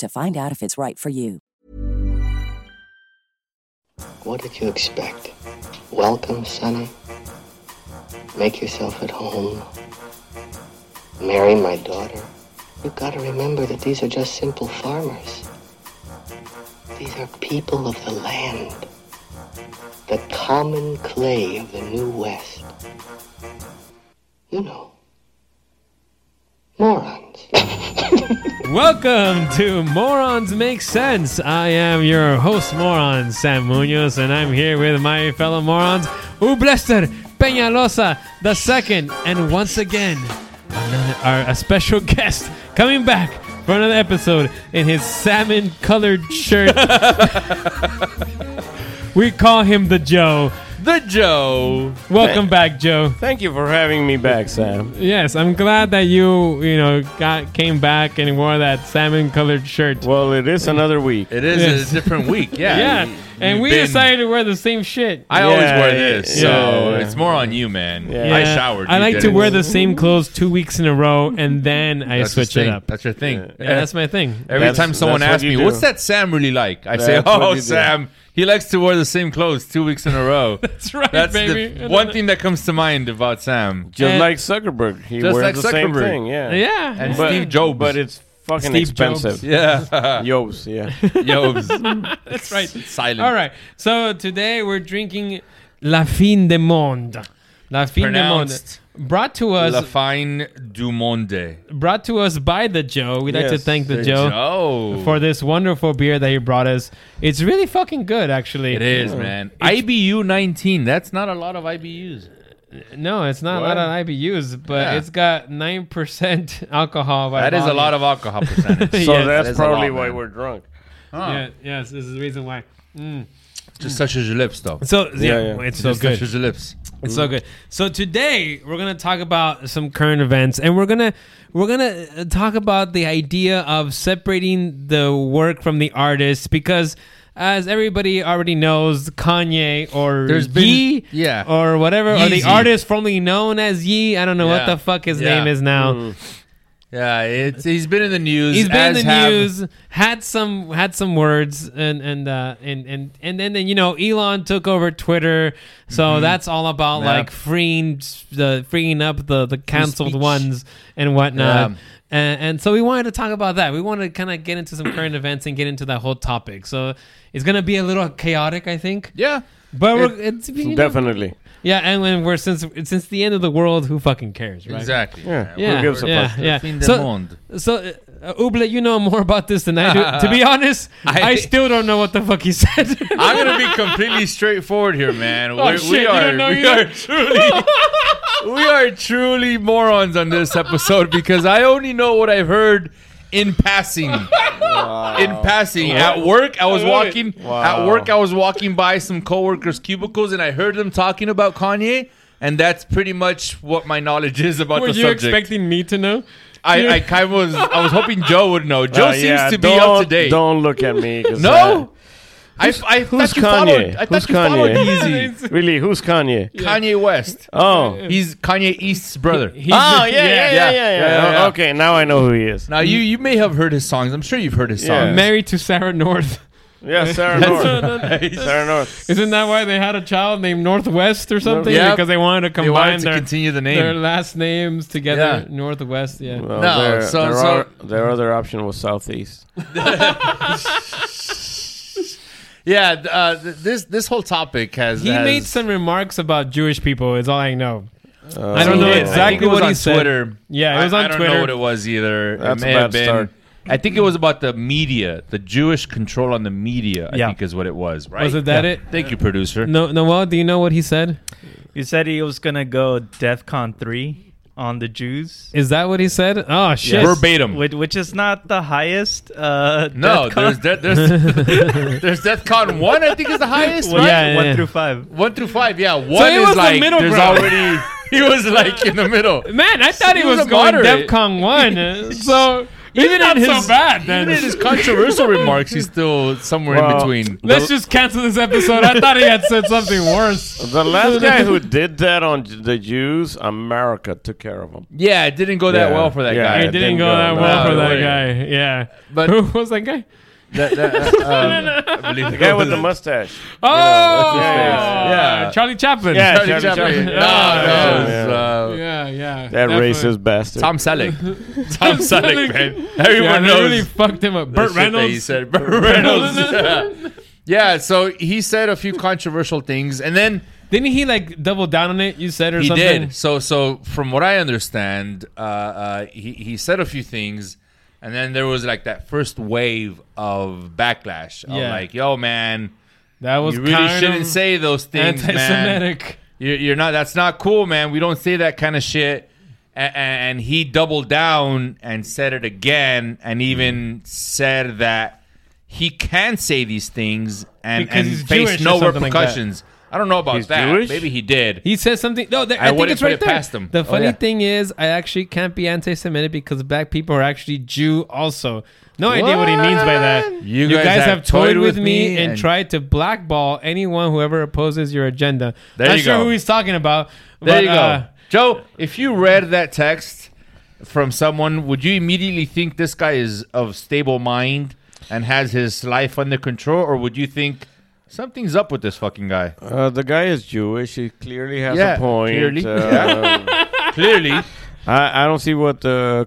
to find out if it's right for you. What did you expect? Welcome, Sonny. Make yourself at home. Marry my daughter. You gotta remember that these are just simple farmers. These are people of the land. The common clay of the New West. You know. Morons. Welcome to Morons Make Sense. I am your host, Moron Sam Munoz, and I'm here with my fellow morons, Ublester Peñalosa the second, and once again, another, our, a special guest coming back for another episode in his salmon-colored shirt. we call him the Joe. The Joe. Welcome back, Joe. Thank you for having me back, Sam. Yes, I'm glad that you, you know, got came back and wore that salmon-colored shirt. Well, it is another week. It is Yes. a different week. Yeah. yeah, You- and you've we been- decided to wear the same shit. I always Yeah, wear this, yeah, so yeah. it's more on you, man. Yeah. I Yeah, showered. I you like to didn't. wear the same clothes two weeks in a row, and then I That's your switch it thing. up. That's your thing. yeah, that's my thing. Every That's- time someone that's what asks you me, do. "What's that Sam really like?" I say, That's what "Oh, you do. Sam, he likes to wear the same clothes two weeks in a row." That's right, That's baby. the one thing that comes to mind about Sam. Just And- like Zuckerberg, he Just wears like the same Zuckerberg. thing. Yeah. Yeah, And But, Steve Jobs. But it's fucking Steve expensive. Jobs. Yeah, Yos, yeah. Jobs. that's right. Silent. All right. So today we're drinking La Fin de Monde. La Fin de Monde. Pronounced Brought to us, La Fine du Monde. brought to us by the Joe. We'd like to Yes, thank the, the Joe, Joe. for this wonderful beer that he brought us. It's really fucking good, actually. It is, man. IBU 19. That's not a lot of IBUs. No, it's not a lot of IBUs, but Yeah. it's got nine percent alcohol. By That is a volume. lot of alcohol percentage. So Yes, that's that is a probably lot, why man. we're drunk. Yeah, yes, this is the reason why. Just touches your lips, though. So yeah, yeah. it's so Just good. touches your lips. It's so good. So today we're gonna talk about some current events, and we're gonna we're gonna uh, talk about the idea of separating the work from the artist because. As everybody already knows, Kanye or There's been- Yee yeah. or whatever, or the Yeezy. artist formerly known as Yee, I don't know what Yeah. the fuck his Yeah. Mm. name is now. Yeah, it's, he's been in the news. He's been in as the have- news, had some had some words, and and uh, and and and then, then you know Elon took over Twitter, so Mm-hmm. that's all about Yeah. like freeing s- the freeing up the the canceled speech. ones and whatnot. Yeah. And, and so we wanted to talk about that. We want to kind of get into some current events and get into that whole topic. So it's gonna be a little chaotic, I think. Yeah. But we're, it's you know, Definitely. yeah, and when we're since since the end of the world, who fucking cares, right? Exactly. Yeah. Yeah, Who gives a yeah, fuck? Uh, yeah. Fin de So- monde. So, uh, Ubla, you know more about this than I do. to be honest, I, I- still don't know what the fuck he said. I'm gonna be completely straightforward here, man. We're- Oh, shit, we you are, don't know we either? are truly, we are truly morons on this episode because I only know what I've heard in passing. In passing, at work, I was love it. walking. Wow. At work, I was walking by some coworkers' cubicles, and I heard them talking about Kanye. And that's pretty much what my knowledge is about Were the you subject. expecting me to know? I, I kind of was. I was hoping Joe would know. Joe Uh, seems yeah, to be don't- up to date. Don't look at me. 'cause, No, I, I Who's thought you followed. Kanye? I thought Who's you followed Kanye? Yeezy. uh, Really, who's Kanye? Kanye West. Oh. He's Kanye East's brother. Ah. Oh yeah, yeah, yeah, yeah, yeah. Oh, yeah, yeah. Okay, now I know who he is. now you you may have heard his songs. I'm sure you've heard his Yeah. songs. married to Sarah North. Yeah, Sarah North. Sarah North. Isn't that why they had a child named Northwest or something? Yeah. Because they wanted to They combine wanted to their, continue the name. their last names together. Yeah. Northwest, yeah. Well, No, their, so- their, so- o- their other option was Southeast. Yeah, th- uh, th- this this whole topic has he has- made some remarks about Jewish people, is all I know. Uh, I don't know I think exactly it was what he on said. Twitter. Yeah, it was I, on I don't Twitter. know what it was either. That's it a may have bad been. start. I think it was about the media, the Jewish control on the media. I Yeah. think is what it was. Right? Was it that it? Thank you, producer. No, Noel, do you know what he said? You said he was gonna go DefCon three on the Jews, Is that what he said? Oh shit! Verbatim. which, which is not the highest. Uh, Hmm. no, DEF CON- there's de- there's there's Death Con one. I think is the highest. one, right? Yeah, one yeah. through five. One through five. Yeah, one he is was the like middle there's ground. already. He was like in the middle. Man, I thought he He was was, a going moderate. DefCon one. uh, so even not so bad. Then Even in his controversial remarks, he's still somewhere Well, in between. let's just cancel this episode. I thought he had said something worse. The last guy who did that on J- the Jews, America took care of him. Yeah, it didn't go that Yeah, well for that yeah. guy. It didn't didn't go go that that well for well. that guy. Yeah, But- who was that guy? That- that- um, I believe The guy with the mustache. Oh, yeah, yeah. Charlie Chaplin. Oh, Yeah, Charlie Charlie Chaplin. Chaplin. No, no, Yeah. it's, uh, yeah, yeah. That Definitely. racist bastard. Tom Selleck. Tom Selleck, man. Yeah, Everyone they knows. really fucked him up. the Burt shit that He Reynolds. said Burt Reynolds. yeah. Yeah, so he said a few controversial things, and then Didn't he like double down on it? You said or he something. did. So, so from what I understand, uh, uh, he he said a few things, and then there was like that first wave of backlash. Of Yeah. like, yo, man, That was you really kind shouldn't of say those things, man. anti-Semitic. You're, you're not. That's not cool, man. We don't say that kind of shit. And, and he doubled down and said it again, and Hmm. even said that he can say these things and, Because he's and Jewish face or no something like that. repercussions. I don't know about He's that. Jewish? Maybe he did. He says something. No, there, I I, think wouldn't it's put right it there. past him. The Oh, funny yeah. thing is, I actually can't be anti-Semitic because black people are actually Jew also. No idea what he means by that. You guys have toyed with me and, tried to blackball anyone whoever opposes your agenda. There Not you sure go. who he's talking about. There but, you go. uh, Joe, if you read that text from someone, would you immediately think this guy is of stable mind and has his life under control, or would you think something's up with this fucking guy? Uh, the guy is Jewish. He clearly has Yeah, a point. clearly. Uh, Clearly, I, I don't see what the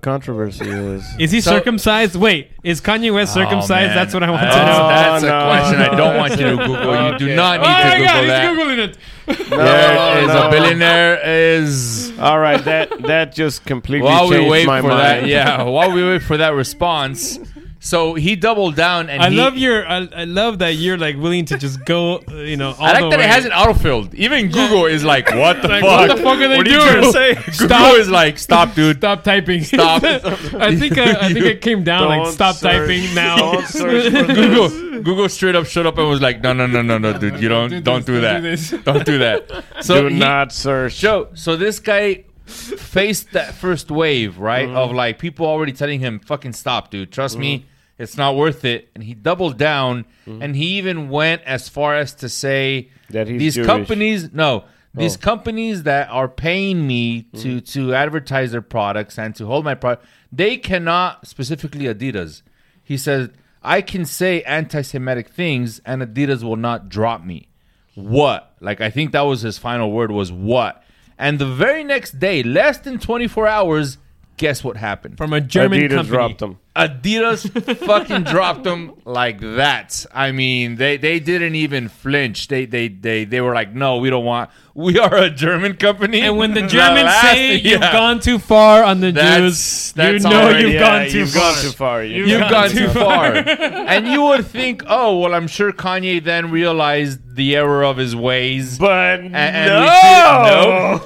controversy is. is he So- Oh, circumcised? Wait, is Kanye West circumcised? man. That's what I want to That's, know. that's Oh, no. a question I don't want you to Google. You do not need to oh my Google God, he's that. googling it. There is no. a billionaire is. All right, that that just completely While we changed wait for my mind. that, yeah. While we wait for that response, so he doubled down and I he, love your. I, I love that you're like willing to just go. uh, You know, all I the like that way. it has an autofilled. Even Google is like, what the Like, fuck? what the fuck are they What you doing? do? Say, Google is like, stop, dude. Stop typing. Stop. I think uh, I, I think it came down like Don't stop search- typing now. Don't search for Google, this. Google straight up shut up and was like, no, no, no, no, no, dude, you don't, don't do that, this, don't don't do that. So Do he- not search. Joe, so this guy faced that first wave, right? Of Mm-hmm. like people already telling him, fucking stop, dude. Trust me, it's not worth it. And he doubled down and he even went as far as to say Mm-hmm. That he's these Jewish. companies no. These Oh. companies that are paying me to to advertise their products and to hold my product, they cannot specifically Adidas. He says, I can say anti-Semitic things and Adidas will not drop me what like i think that was his final word was what and the very next day less than 24 hours guess what happened From a German Adidas company. dropped them. adidas fucking dropped them like that i mean they they didn't even flinch they they they they were like no we don't want we are a german company And when the The Germans last say thing- you've yeah. gone too far on the That's- Jews, that's you know already- you've yeah, gone too you've far. gone too far. You've, You've gone too too far. and you would think, oh, well, I'm sure Kanye then realized the error of his ways. But and we no,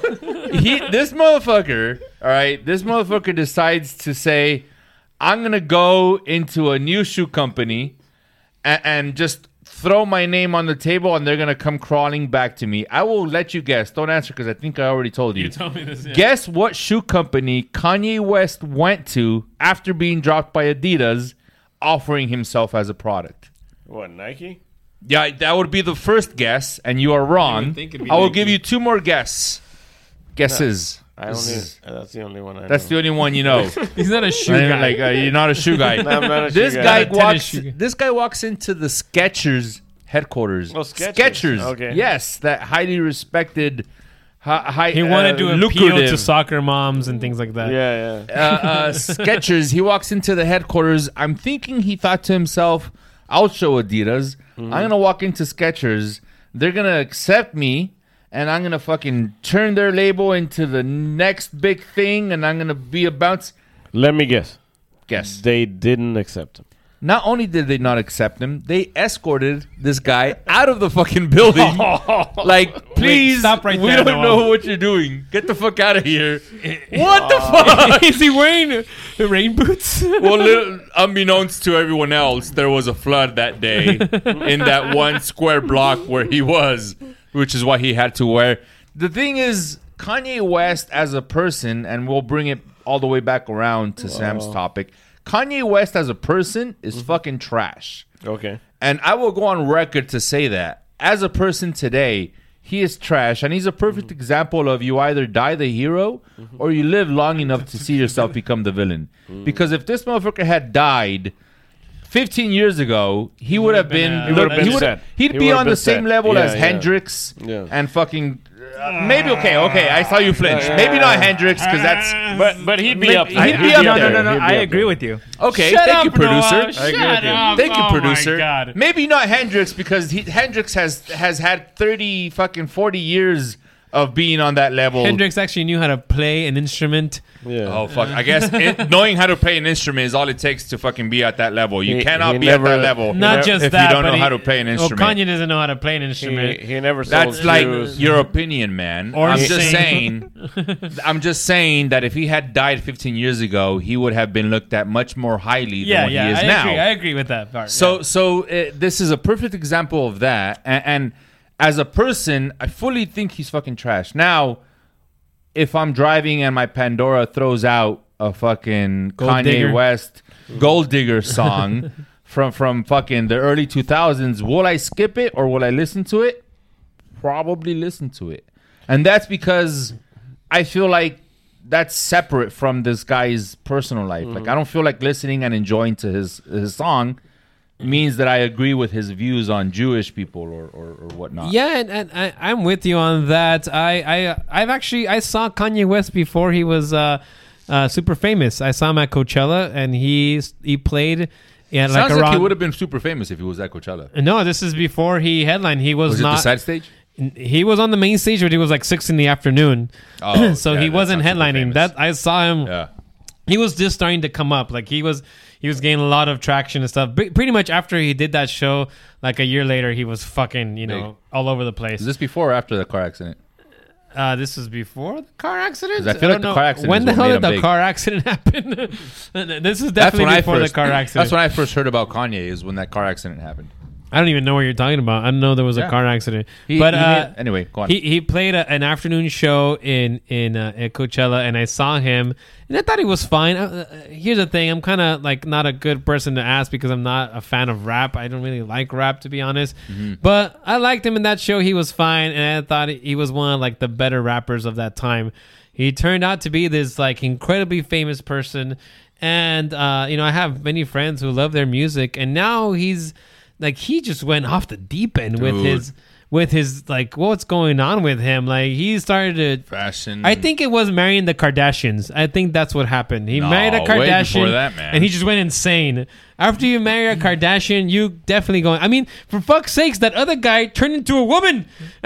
he this motherfucker all right this motherfucker decides to say i'm gonna go into a new shoe company and, and just throw my name on the table and they're gonna come crawling back to me i will let you guess don't answer because i think i already told you, Tell me this, yeah. guess what shoe company kanye west went to after being dropped by adidas offering himself as a product What Nike? Yeah, that would be the first guess, and you are wrong. think it'd be I will Nike. give you two more guess. Guesses. I This only, is- that's the only one I that's the know. only one you know. He's not a shoe And guy. Like uh, you're not a shoe guy. No, I'm not a shoe this guy. Not guy, a tennis walks. shoe guy. This guy walks into the Skechers headquarters. Oh, Skechers. Skechers. Okay. Yes, that highly respected. hi- High, He wanted uh, to appeal lucrative. to soccer moms and things like that. Yeah, yeah. uh, uh, Skechers. He walks into the headquarters. I'm thinking he thought to himself, "I'll show Adidas. Mm-hmm. I'm gonna walk into Skechers. They're gonna accept me, and I'm gonna fucking turn their label into the next big thing, and I'm gonna be a bounce." Let me guess. Guess. They didn't accept him. Not only did they not accept him, they escorted this guy out of the fucking building. like, please, stop right we there, Noah. don't know what you're doing. Get the fuck out of here. what Uh, the fuck? Is he wearing uh, rain boots? well, little, unbeknownst to everyone else, there was a flood that day in that one square block where he was, which is why he had to wear. The thing is, Kanye West as a person, and we'll bring it all the way back around to Sam's Uh. topic. Kanye West as a person is Mm-hmm. fucking trash. Okay. And I will go on record to say that as a person today, he is trash, and he's a perfect Mm-hmm. example of you either die the hero or you live long enough to see yourself become the villain. Mm. Because if this motherfucker had died 15 years ago, he, would have been, been, uh, He would've been he would- sad. he'd He be would've on been the same sad. level Yeah, as yeah. Hendrix Yeah. and fucking. uh, maybe okay, okay. I saw you flinch. Maybe not Hendrix because that's But but he'd be Maybe- up. he'd be up no, there. no, no, He'd no. be I up agree there. with you. okay. Shut thank up, you, producer. Noah. agree Shut with you. up. Thank you, Oh my producer. God. Maybe not Hendrix because he, Hendrix has has had thirty fucking forty years of being on that level. Hendrix actually knew how to play an instrument. Yeah. Oh fuck! I guess it, knowing how to play an instrument is all it takes to fucking be at that level. You He- cannot he be never- at that level. Not just if that. you don't but know he- how to play an instrument. Well, Kanye doesn't know how to play an He, instrument. he never sold That's like shoes. your opinion, man. Or I'm just sing. saying. I'm just saying that if he had died 15 years ago, he would have been looked at much more highly than yeah, what yeah. he is I now. agree. I agree with that part. So, so uh, this is a perfect example of that. And, and as a person, I fully think he's fucking trash. Now, if I'm driving and my Pandora throws out a fucking Gold Kanye digger. West Gold Digger song from from fucking the early 2000s, will I skip it or will I listen to it? Probably listen to it, and that's because I feel like that's separate from this guy's personal life. Like I don't feel like listening and enjoying to his his song means that I agree with his views on Jewish people or or, or whatnot. Yeah, and, and I, I'm with you on that. I, I I've actually I saw Kanye West before he was uh, uh, super famous. I saw him at Coachella, and he he played. Yeah, Sounds like like, around. he would have been super famous if he was at Coachella. no, this is before he headlined. He was, Was it not. the side stage? he was on the main stage, but he was like six in the afternoon. Oh, so yeah, he that wasn't sounds super headlining. famous. That I saw him. Yeah. he was just starting to come up. Like he was, he was gaining a lot of traction and stuff. Pre- pretty much after he did that show, like a year later, he was fucking, you know, Big. all over the place. Is this before or after the car accident? uh, this was before the car accident. 'Cause I feel like don't the know. car accident When is the what hell made did him the big. car accident happen? this is definitely before the car accident. That's when I first heard about Kanye. Is when that car accident happened. I, don't even know what you're talking about. I didn't know there was Yeah. a car accident. He- but he uh, did- anyway, go on. He he played a, an afternoon show in in uh, at Coachella, and I saw him, and I thought he was fine. Uh, uh, here's the thing: I'm kind of like not a good person to ask because I'm not a fan of rap. I don't really like rap, to be honest. But I liked him in that show; he was fine, and I thought he was one of like the better rappers of that time. He turned out to be this like incredibly famous person, and uh, you know I have many friends who love their music, and now he's like he just went off the deep end with Dude. his with his like what's going on with him like he started to Fashion. I think it was marrying the Kardashians. I think that's what happened. He No, married a way Kardashian, before that, man. and he just went insane. After you marry a Kardashian, you definitely going. I mean, for fuck's sakes, that other guy turned into a woman.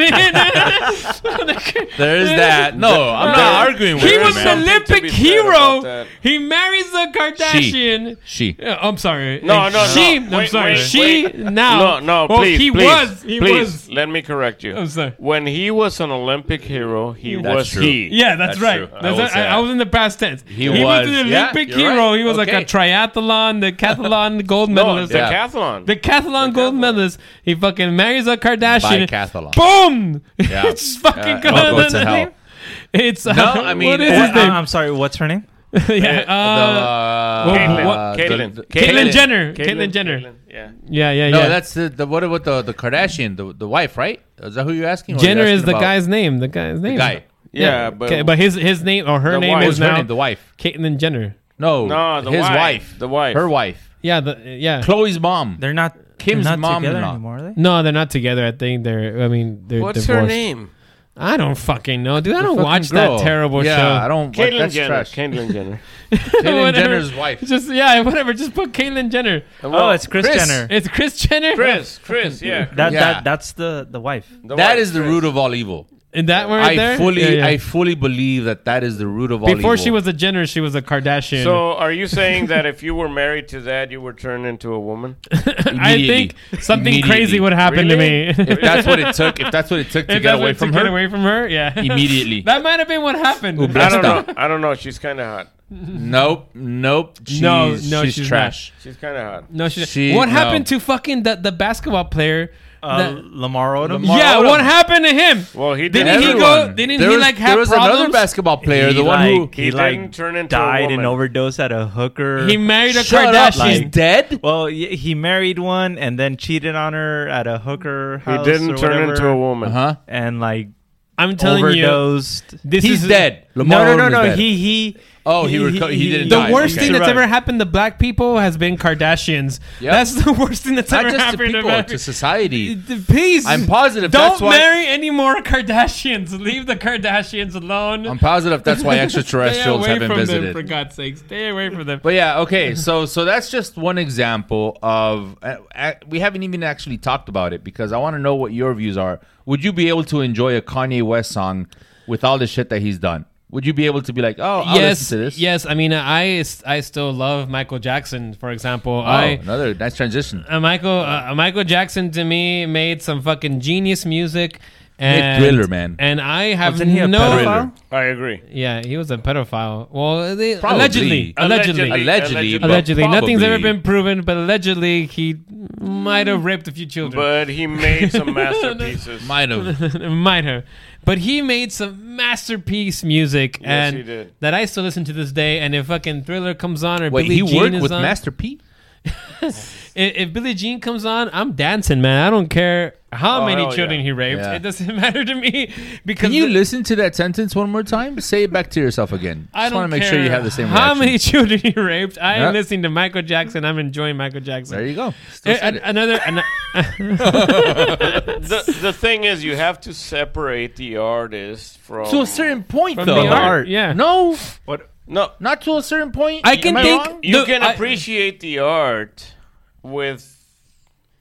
I mean, there is that. No, I'm not arguing with he you, was man. an Olympic be said about hero. that. He marries a Kardashian. She. Yeah, I'm sorry. No, no, no. she, I'm Wait, sorry. wait, she wait. now. No, no, Well, please, he please, was. He please, was. Let me correct you. I'm sorry. When he was an Olympic hero, he That's was true. he. Yeah, that's, That's right. true. I That's will right. say I, that. I was in the past tense. He, was- an yeah, Olympic you're hero. right. He was like Okay. a triathlon, decathlon gold No, medalist. Yeah. decathlon. Decathlon gold medalist. He fucking marries a Kardashian. Bicathlon. Boom! Yeah. it's fucking Yeah, I'll go to hell. It's uh, No, I mean, what is What- his What- I'm, name? Uh, I'm sorry. What's her name? yeah, uh, The- Caitlyn. uh, Caitlyn. the- Caitlyn the- Caitlyn. Jenner. Caitlyn Jenner. Caitlyn, Yeah. Yeah, yeah, No, yeah. that's the, the what about the the Kardashian, the the wife, right? Is that who you're asking? or Jenner you're is asking the about guy's name. The guy's name. The guy. Yeah, but, Okay, but his his name or her The name wife. What is was her now name? The wife. Caitlyn Jenner. No, No, the his wife. wife. The wife. Her wife. Yeah, the yeah. Chloe's mom. They're not Kim's they're not mom together and all. anymore, are they? No, they're not together. I think they're. I mean, they're what's divorced. her name? I don't fucking know, dude. I The don't fucking watch girl. that terrible yeah, show. I don't. what- Caitlyn that's Jenner. trash. Caitlyn Jenner. Caitlyn Whatever. Jenner's wife. Just yeah, whatever. Just put Caitlyn Jenner. Oh, it's Chris, Kris. Jenner. It's Oh, Chris Jenner. Chris. Chris. Yeah. That, Yeah. that that's the the wife. The That wife, is the Chris. root of all evil. In that one right I there. fully, Yeah, yeah. I fully believe that that is the root of all evil. Before she was a Jenner, she was a Kardashian. So, are you saying that if you were married to that, you were turned into a woman? I think Immediately. something crazy Immediately. would happen Really? to me. If that's what it took, if that's what it took to If get that's away what- from to her, get away from her, yeah, Immediately. that might have been what happened. Ooh, I That's don't not- know. I don't know. She's kind of hot. nope, nope. She's, No, no, she's, she's not. trash. She's kind of hot. No, she, She- What no. happened to fucking the, the basketball player? Uh, that- Lamar Odom. Lamar yeah, Odom. what happened to him? Well, he Didn't didn't. he go- Everyone. didn't There he, was- like, have There was another problems? basketball player, the one like, who He he like didn't turn into a died woman. and overdosed at a hooker. He married a Shut up, Kardashian. she's dead. well, y- he married one and then cheated on her at a hooker He house. didn't or turn whatever, into a woman. Uh huh. and like I'm telling you, overdosed. this He's is dead. Lamar No, no, no, Odom is no. dead. He he. Oh, he reco- he didn't The die. worst okay. thing that's Right. ever happened to black people has been Kardashians. Yep. That's the worst thing that's not ever just to happened people, black to people. society. Please, I'm positive. Don't that's why, marry any more Kardashians. Leave the Kardashians alone. I'm positive that's why Stay extraterrestrials away haven't from them, visited. for God's sake. Stay away from them. But yeah, okay. So so that's just one example of uh, uh, we haven't even actually talked about it because I want to know what your views are. Would you be able to enjoy a Kanye West song with all the shit that he's done? Would you be able to be like, oh, I'll yes, listen to this? yes. I mean, I I still love Michael Jackson, for example. Oh, I another nice transition. uh, Michael uh, Michael Jackson to me made some fucking genius music. Made And, Thriller, man. And I have Wasn't Oh, he a no. pedophile? I agree. Yeah, he was a pedophile. Well, they, Probably. allegedly, Allegedly. allegedly, Allegedly. allegedly, Allegedly, but nothing's ever probably. been proven, but allegedly he might have raped a few children. But he made some masterpieces. Might have. might have, but he made some masterpiece music, and he did. that I still listen to this day. And if fucking Thriller comes on or Wait, Billie he Jean worked is with on, Master P. if, if Billie Jean comes on, I'm dancing, man. I don't care how Oh, many hell children yeah. he raped. Yeah. It doesn't matter to me because Can you the- listen to that sentence one more time? Say it back to yourself again. I just don't want to make care sure you have the same. How reaction. many children he raped? I am Yeah. listening to Michael Jackson. I'm enjoying Michael Jackson. There you go. Still A- an- said it. another, an- the, the thing is, you have to separate the artist from. to a certain point, From though. the art, yeah. No, What? no, not to a certain point. I can Am think- wrong? you No, can I- appreciate the art with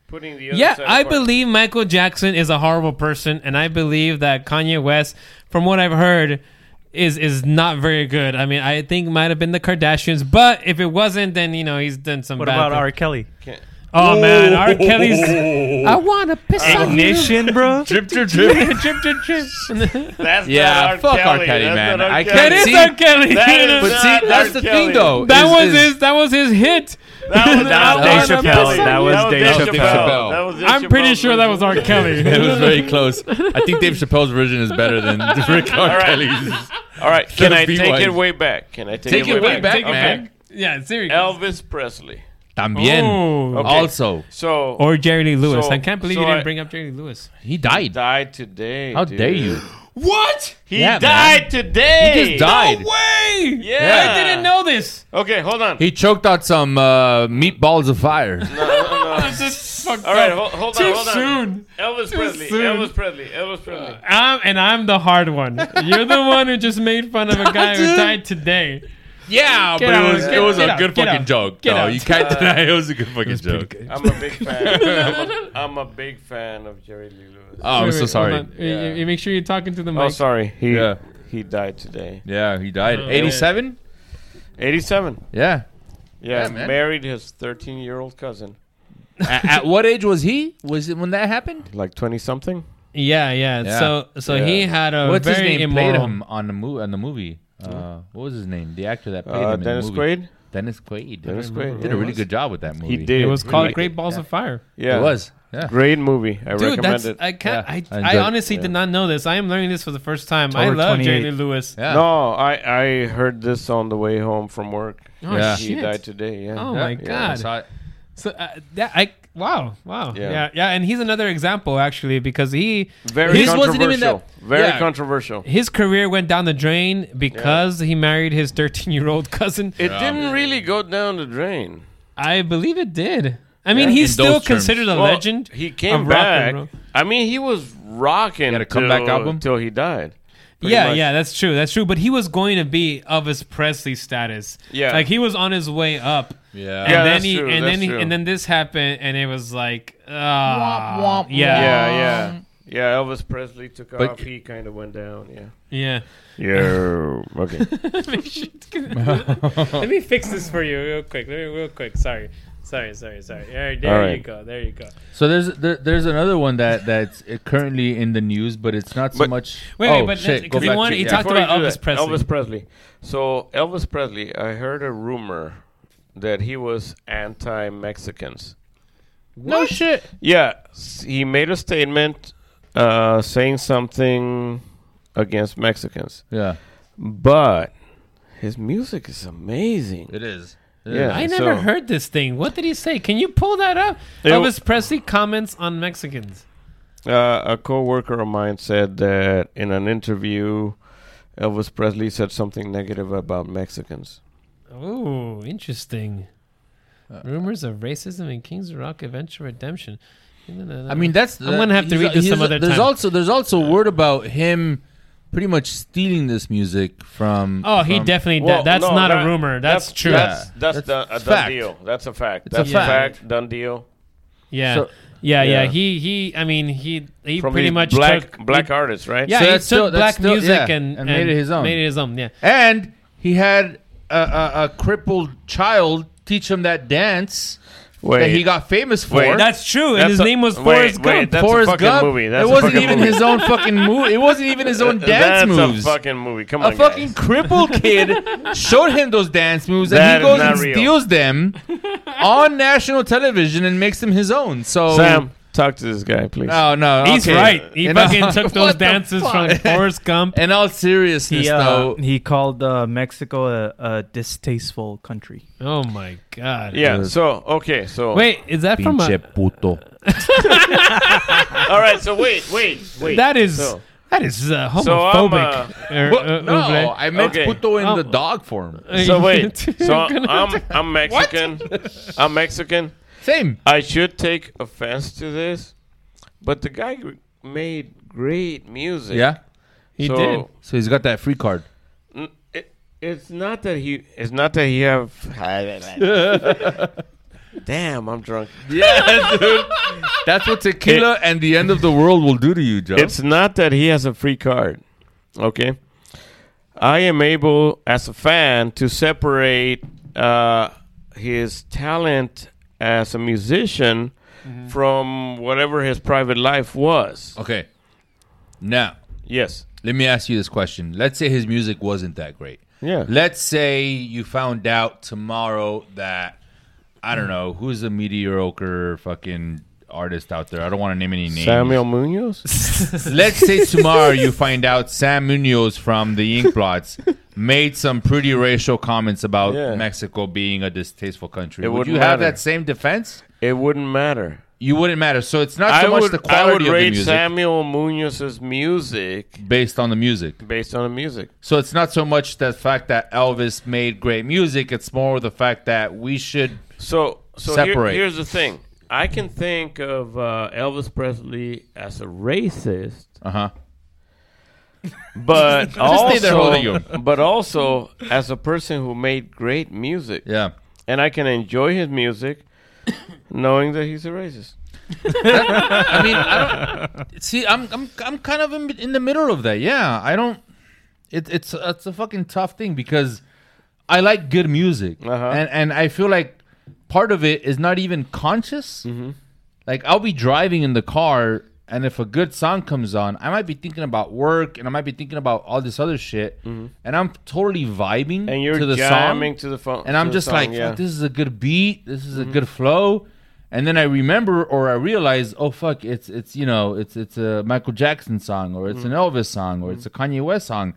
putting the other yeah, side I apart. believe Michael Jackson is a horrible person, and I believe that Kanye West, from what I've heard, is is not very good. I mean, I think it might have been the Kardashians, but if it wasn't, then you know he's done some. What bad about thing. R. Kelly? Oh man, R. Kelly's. I wanna piss on you. Ignition, bro. Drip, drip, drip. Drip, drip, drip. That's Yeah, not R. fuck R. Kelly. Kelly, That's man. not R. I Kelly. That can't- is See, R. Kelly. that is But not see, R. that's the Kelly. thing, though. that is- was is- his. That was his hit. That was, That Dave was Dave Chappelle. That was Dave Chappelle. That was Dave I'm pretty Chappelle's sure that was version. R. Kelly. It was very close. I think Dave Chappelle's version is better than Rick R. right. Kelly's. All right, can I Beat take it wise. way back? Can I take, Take it way back, Okay. man. yeah, seriously. Elvis Presley. También. Oh. Okay. Also, So or Jerry Lee Lewis. So- I can't believe so you didn't I- bring up Jerry Lee Lewis. he died. died today. How dude. dare you? What? He Yeah, died today. He just died. way! Yeah. I didn't know this. Okay, hold on. He choked out some uh, meatballs of fire. This is fucked All right, up. hold, hold Too on, hold on. soon. Elvis Too Presley. soon. Elvis Presley. Elvis Presley. I'm, and I'm the hard one. You're the one who just made fun of a guy who Dude. died today. Yeah, Get but out, it was get it was out, a good get fucking out, joke. get no, out. you can't deny it was a good fucking joke. I'm a big fan. I'm, a, I'm a big fan of Jerry Lee Lewis. Oh, I'm Wait, so wait, sorry. hold on. You- you- you make sure you're talking to the mic. oh, sorry. He Yeah. he died today. Yeah, he died. 87? 87. Yeah. Yeah, Yeah, man. married his 13-year-old cousin. at, at what age was he? Was it when that happened? Like 20 something? Yeah, yeah. Yeah. So, so he had a What's his very name immoral. played him on the movie? On the movie, uh, what was his name? The actor that played him Uh, in Dennis the movie. Quaid? Dennis Quaid. Dennis Quaid. did a really good job with that movie. He did. It was called Really? Great Balls of Fire. Yeah. It was. Yeah. Great movie. I Dude, recommend that's it. I can't. Yeah, I, I I, enjoyed- honestly did not know this. I am learning this for the first time. I over love Jerry 28. Lee Lewis. Yeah. no, I, I heard this on the way home from work. Oh Yeah. He shit! died today. Yeah. Oh Yeah. my Yeah, I god! saw it. So uh, that I Wow, wow. Yeah. Yeah. yeah, and he's another example actually because he Very his controversial. wasn't even that- Very yeah. controversial. His career went down the drain because he married his 13-year-old cousin. It didn't really go down the drain. I believe it did. I mean, Yeah, he's in still those terms. considered a Well, legend. He of came rock and back. roll. I mean, he was rocking. had a comeback till- album? till he died. pretty Yeah, much. yeah, that's true. That's true. But he was going to be Elvis Presley status. Yeah. like he was on his way up. Yeah. And Yeah. then that's he, true, And that's then he, true. and then this happened, and it was like, ah, Womp, womp, yeah, Yeah, yeah, yeah. Elvis Presley took Um, But- off. He kind of went down. Yeah. yeah. Yeah. okay. Let me fix this for you real quick. Let me real quick. Sorry, sorry, sorry, sorry. There, there All right. you go. There you go. So there's there, there's another one that that's uh, currently in the news, but it's not so But- much. Wait, wait, oh, but shit, let's- go we back want- to- he yeah. talked- Before you about do Elvis that, Presley. Elvis Presley. So Elvis Presley, I heard a rumor that he was anti-Mexicans. no shit. Yeah, s- he made a statement uh, saying something against Mexicans, Yeah, but his music is amazing. it is. Yeah. I never so- heard this thing. What did he say? Can you pull that up? It w- Elvis Presley comments on Mexicans. Uh, a coworker of mine said that in an interview, Elvis Presley said something negative about Mexicans. Oh, interesting. Uh, Rumors of racism in Kings of Rock: Adventure Redemption. I mean, that's. I'm gonna have to he's- read this some he's- other There's time. also there's also word about him, pretty much stealing this music from. oh, he from- definitely. Well, did. that's no, not that- a rumor. That's, true. That's that's, Yeah. done- a done Fact. deal. That's a fact. It's a that's fact. Done deal. yeah. So- yeah, yeah, Yeah. He, he. I mean, he, he From pretty the much black took black artists, right? Yeah, So he took that's still- that's black still- music yeah, and, and made it his own. Made it his own. Yeah. and he had a, a, a crippled child teach him that dance that Wait. he got famous for. Wait, That's true. And That's his a- name was wait, Forrest wait, Gump. that's a Forrest fucking Gump. movie. That's it a wasn't fucking even movie. his own fucking move. It wasn't even his own dance that's moves. a fucking movie. Come on, a fucking guys. crippled kid showed him those dance moves, and That is he goes not and real. steals them on national television and makes them his own. So Sam, talk to this guy, please. no, no, He's okay. right. He In fucking all- took those What the dances from fuck? Forrest Gump. In all seriousness, He, uh, though, he called uh, Mexico a, a distasteful country. Oh my god. Yeah. So okay. So Wait, is that from a? All right. So wait, wait, wait. That is So- that is uh, So I'm, homophobic. Er, What? uh, no, Uble. I meant Okay. puto in Oh. the dog form. So wait. So I'm I'm Mexican. I'm Mexican. Same. I should take offense to this, but the guy gr- made great music. Yeah. he so did. So he's got that free card. n- It, it's not that he. It's not that he have. Damn, I'm drunk. Yeah, dude. That's what tequila and the end of the world will do to you, Joe. It's not that he has a free card. Okay. I am able, as a fan, to separate uh, his talent as a musician from whatever his private life was. okay. Now, Yes. let me ask you this question. Let's say his music wasn't that great. Yeah. Let's say you found out tomorrow that I don't know who's a mediocre fucking artist out there. I don't want to name any names. Samuel Munoz? Let's say tomorrow you find out Sam Munoz from the Inkblots made some pretty racial comments about Yeah. Mexico being a distasteful country. It would you wouldn't have matter. that same defense? it wouldn't matter. You wouldn't matter. So it's not so I, much would, the I quality would of the rate music Samuel Munoz's music based on the music. based on the music. So it's not so much the fact that Elvis made great music; it's more the fact that we should. So, so here- Separate. here's the thing. I can think of uh, Elvis Presley as a racist, Uh huh. but stay there holding also, him. but also as a person who made great music, Yeah. and I can enjoy his music, knowing that he's a racist. I mean, I don't see. I'm I'm I'm kind of in, in the middle of that. Yeah, I don't. It, it's it's a fucking tough thing because I like good music, Uh-huh. and and I feel like part of it is not even conscious. Mm-hmm. Like I'll be driving in the car, and if a good song comes on, I might be thinking about work, and I might be thinking about all this other shit, and I'm totally vibing Mm-hmm. And you're to the jamming song, to the phone, and I'm just like, yeah. Mm-hmm. "Fuck, this is a good beat, this is a good flow. And then I remember or I realize, oh fuck, it's it's you know, it's it's a Michael Jackson song or it's an Mm-hmm. Elvis song or it's a Kanye West song.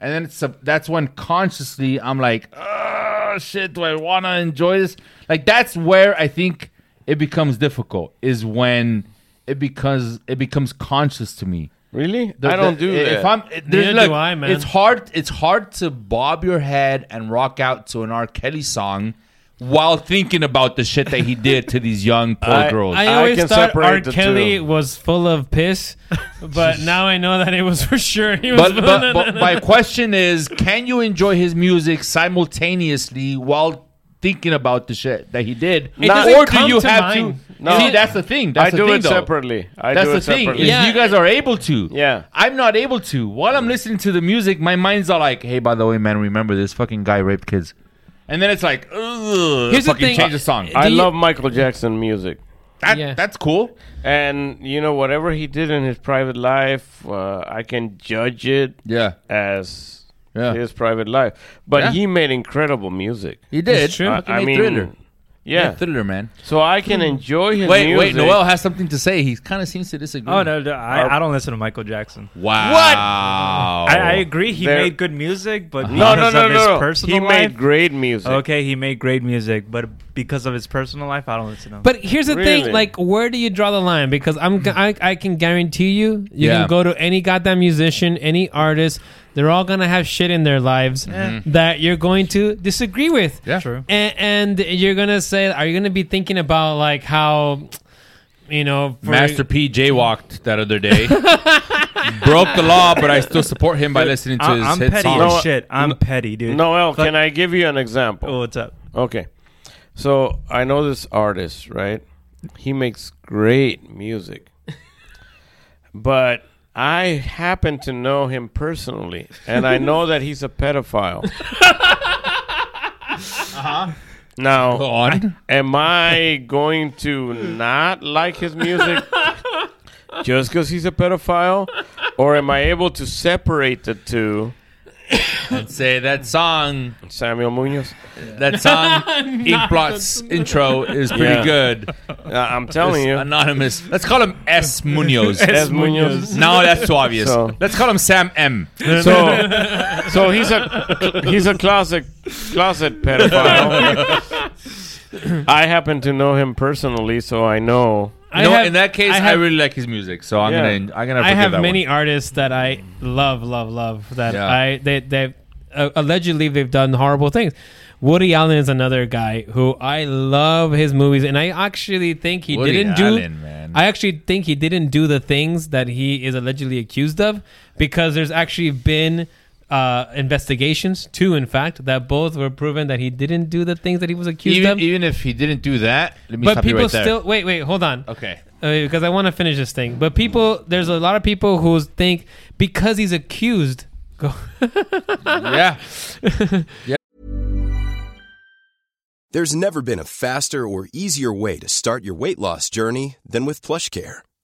And then it's a, that's when "Ah, consciously I'm like, oh shit, do I want to enjoy this? Like that's where I think it becomes difficult is when it becomes it becomes conscious to me. Really? The- I don't the- do that. If I'm, there's, Neither look, do I, man. It's hard. It's hard to bob your head and rock out to an R. Kelly song while thinking about the shit that he did to these young poor I- girls. I I always can thought separate R. the Kelly two. was full of piss, but now I know that it was for sure. He was but, but, but my question is, can you enjoy his music simultaneously while thinking about the shit that he did, doesn't or do come you to have mind. to? No. See, that's the thing. I That's the do thing, it though. separately. I That's do the it thing. separately. Is Yeah. you guys are able to. Yeah. I'm not able to. While I'm listening to the music, my mind's all like, "Hey, by the way, man, remember this fucking guy raped kids," and then it's like, "Ugh." Here's the fucking thing. Change the song. I Do you- love Michael Jackson music. That- Yeah. That's cool. And, you know, whatever he did in his private life, uh, I can judge it Yeah. as Yeah. his private life. But Yeah. he made incredible music. He did. It's true. I- Fucking I made mean, thriller. Yeah. thriller, man. So I can Hmm. enjoy his Wait, music. wait. Noel has something to say. He kind of seems to disagree. Oh no, no I, I don't listen to Michael Jackson. Wow. I, I agree. He There- made good music, but because No, no, no, of his no. no. personal He life, made great music. okay, he made great music, but because of his personal life, I don't listen to him. But here's the Really? thing: like, where do you draw the line? Because I'm, gu- I, I can guarantee you, you Yeah. can go to any goddamn musician, any artist. They're all gonna have shit in their lives that you're going to disagree with. Yeah. True. And, and you're gonna say, are you gonna be thinking about like how, you know, for- Master P jaywalked that other day. Broke the law, but I still support him by listening to I, his am hit petty songs. No, as shit. I'm petty, dude. Noel, Fuck- can I give you an example? Oh, what's up? Okay. So I know this artist, right? He makes great music. but I happen to know him personally, and I know that he's a pedophile. uh-huh. Uh-huh. Now, Go on. am I going to not like his music just because he's a pedophile? Or am I able to separate the two? Say that song. Samuel Munoz. That song, Inkblot's intro is pretty Yeah. good. Uh, I'm telling It's you. Anonymous. Let's call him S. Munoz. As Munoz. no, that's too obvious. So- Let's call him Sam M. So, so he's a he's a closet closet pedophile. I happen to know him personally, so I know. I no, have- in that case, I, have- really like his music, so I'm Yeah. gonna I'm gonna. I forgive have that many one. artists that I love, love, love. That Yeah. I they they uh, allegedly they've done horrible things. Woody Allen is another guy who I love his movies, and I actually think he Woody didn't Allen, do. man. I actually think he didn't do the things that he is allegedly accused of, because there's actually been. Uh, investigations, two in fact, that both were proven that he didn't do the things that he was accused Even, of. even if he didn't do that, let me but stop you people right there. still wait, wait, hold on okay. uh, because I want to finish this thing. But people, there's a lot of people who think because he's accused. Go. Yeah. There's never been a faster or easier way to start your weight loss journey than with PlushCare.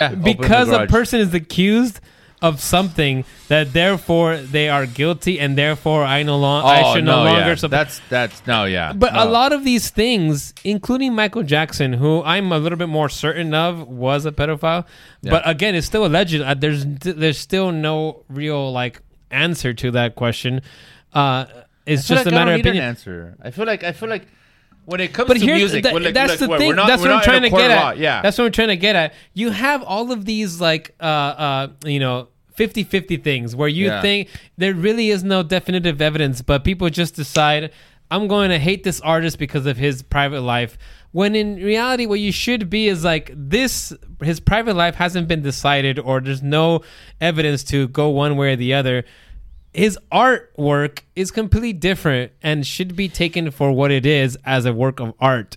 Yeah, open the because a garage. person is accused of something that therefore they are guilty and therefore I no longer I Oh, should no, no, longer yeah. sup- That's that's no, yeah. but a No. lot of these things, including Michael Jackson, who I'm a little bit more certain of was a pedophile, Yeah. but again, it's still alleged. Uh, There's there's still no real like answer to that question. Uh, it's I feel just like a matter I don't of need an opinion. answer. I feel like I feel like when it comes But to here's music, that- we're like- that's like, the we're- thing. we're not- that's we're what I'm not in a trying to court get at. law. Yeah, That's what I'm trying to get at. You have all of these like uh uh you know 50-50 things where you Yeah. think there really is no definitive evidence, but people just decide I'm going to hate this artist because of his private life. When in reality, what you should be is like this: his private life hasn't been decided, or there's no evidence to go one way or the other his artwork is completely different and should be taken for what it is as a work of art.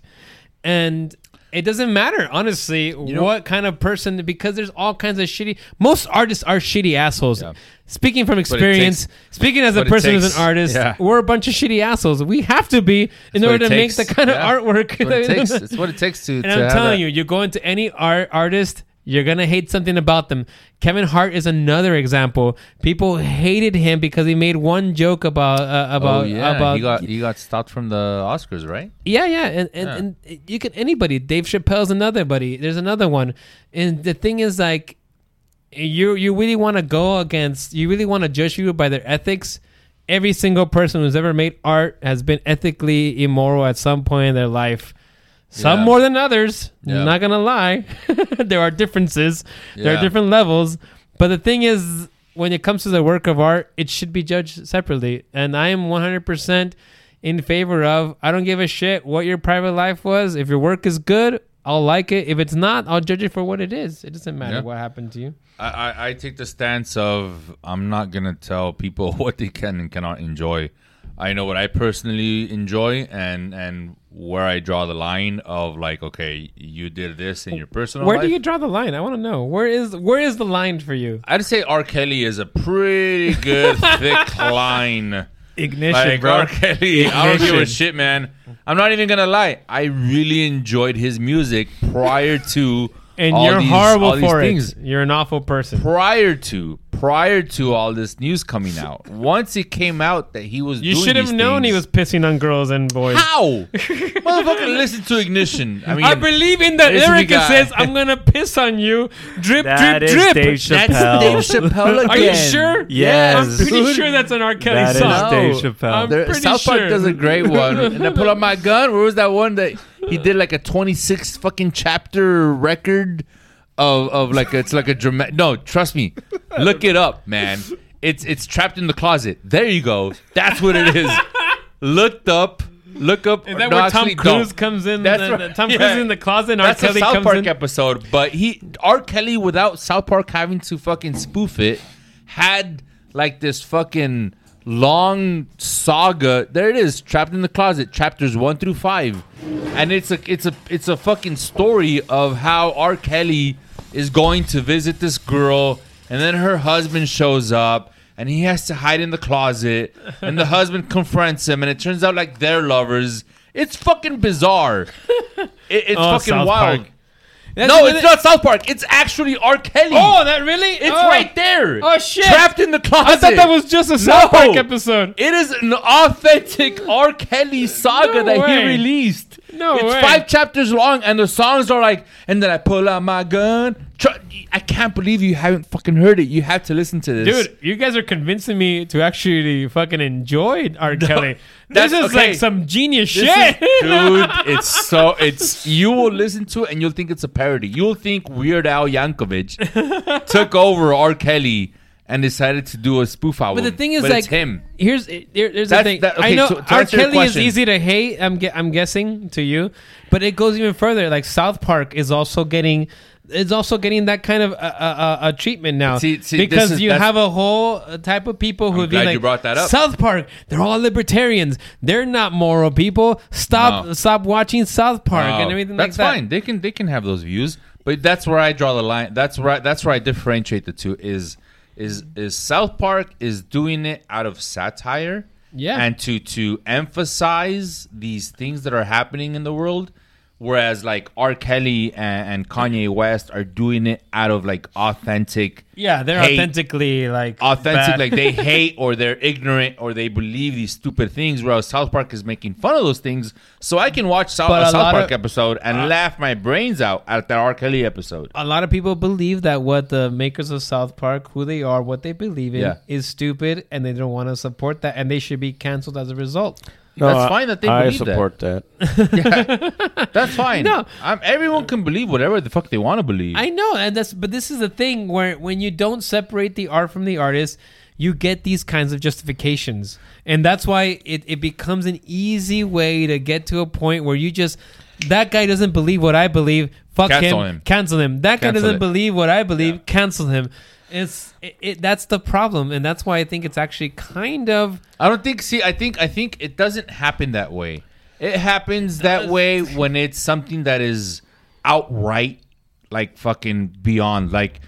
And it doesn't matter, honestly, what kind of person, because there's all kinds of shitty. Most artists are shitty assholes. Speaking from experience, speaking as a but it person who's takes- an artist, yeah. we're a bunch of shitty assholes. We have to be in That's what order it to takes. make the kind Yeah. of artwork. That's what it takes. It's what it takes to- And to I'm have telling that. you, you go into any art artist, you're gonna hate something about them. Kevin Hart is another example. People hated him because he made one joke about uh, Oh, about yeah. about you got you got stopped from the Oscars, right? yeah yeah and, and, and you can anybody. Dave Chappelle's another buddy. There's another one, and the thing is like you you really want to go against you really want to judge people by their ethics every single person who's ever made art has been ethically immoral at some point in their life some Yeah. more than others Yeah. not gonna lie there are differences there Yeah. are different levels but the thing is when it comes to the work of art it should be judged separately and i am 100% in favor of i don't give a shit what your private life was if your work is good i'll like it if it's not i'll judge it for what it is it doesn't matter Yeah. what happened to you I, I, I take the stance of I'm not gonna tell people what they can and cannot enjoy. I know what I personally enjoy and and where I draw the line of like, okay, you did this in your personal Where life. do you draw the line? I want to know. Where is where is the line for you? I'd say R. Kelly is a pretty good thick line. Ignition, Like bro. R. Kelly, I don't give a Ignition. shit, man. I'm not even gonna lie. I really enjoyed his music prior to And all you're these- all horrible these for things. it. You're an awful person. Prior to prior to all this news coming out, once it came out that he was You doing should have these known he was things- pissing on girls and boys. how motherfucker listen to ignition. I mean, I believe in the This lyric guy. that says, "I'm gonna piss on you, drip, That drip, is drip." Dave Chappelle. that's Dave Chappelle again. Are you sure? Yes. I'm pretty sure that's an R. Kelly That is song. Dave Chappelle. I'm There, pretty South sure. Park does a great one. and I pull out my gun. Where was that one that he did like a 26 fucking chapter record of of like it's like a dramatic. No, trust me, look it up, man. It's it's trapped in the closet. There you go. That's what it is. Looked up. Look up. Is that no, where Tom actually, Cruise don't. comes in? That's the, right. the- Tom Yeah. Cruise is in the closet. and R. That's Kelly a South comes Park in. episode, but he R. Kelly without South Park having to fucking spoof it had like this fucking long saga. There it is, trapped in the closet, chapters one through five, and it's a it's a it's a fucking story of how R. Kelly is going to visit this girl, and then her husband shows up. And he has to hide in the closet, and the husband confronts him, and it turns out like they're lovers. It's fucking bizarre. It- it's Oh, fucking South wild. Park. That's No, another- it's not South Park. It's actually R. Kelly. Oh, that really? it's Oh. right there. Oh, shit. Trapped in the I closet. thought that was just a South No. Park episode. It is an authentic R. Kelly saga No that way. he released. No it's way. five chapters long, and the songs are like, and then I pull out my gun. Tr- I can't believe you haven't fucking heard it. You have to listen to this, Dude, you guys are convincing me to actually fucking enjoy R. Kelly. This that's- is okay. like some genius This shit. is- dude. It's so it's you will listen to it and you'll think it's a parody. You'll think Weird Al Yankovic took over R. Kelly and decided to do a spoof album. But the thing is, But like, it's him. Here's here- here's the That's- thing. that- I okay, know so to R. answer your Kelly is question- easy to hate. I'm ge- I'm guessing to you, but it goes even further. Like South Park is also getting is also getting that kind of a, a, a, a treatment now See- see, this because is- you that's- have a whole uh, type of people who I'm would be glad like you brought that up. South Park. They're all libertarians. They're not moral people. Stop No. stop watching South Park Wow. and everything Oh, That's like that. fine. They can they can have those views, but that's where I draw the line. That's where I, that's where I differentiate the two. Is is is South Park is doing it out of satire, Yeah. and to to emphasize these things that are happening in the world. Whereas like R. Kelly and, and Kanye West are doing it out of like authentic, Yeah, they're hate authentically like authentic bad. like they hate or they're ignorant or they believe these stupid things whereas south park is making fun of those things so i can watch south, But a a south lot park of- episode and laugh my brains out at that r kelly episode a lot of people believe that what the makers of South Park, who they are, what they believe in, Yeah. is stupid, and they don't want to support that, and they should be canceled as a result. No, That's I- fine that they I believe that. support that. that's fine No. I'm, everyone can believe whatever the fuck they want to believe I know, and that's but this is the thing where when you don't separate the art from the artist, you get these kinds of justifications, and that's why it, it becomes an easy way to get to a point where you just that guy doesn't believe what I believe. Fuck Cancel him, him. cancel him. That guy Cancel doesn't it. believe what I believe. Cancel him. It's it, it, that's the problem, and that's why I think it's actually kind of. I don't think. See, I think. I think it doesn't happen that way. It happens that way when it's something that is outright, like fucking beyond. Like,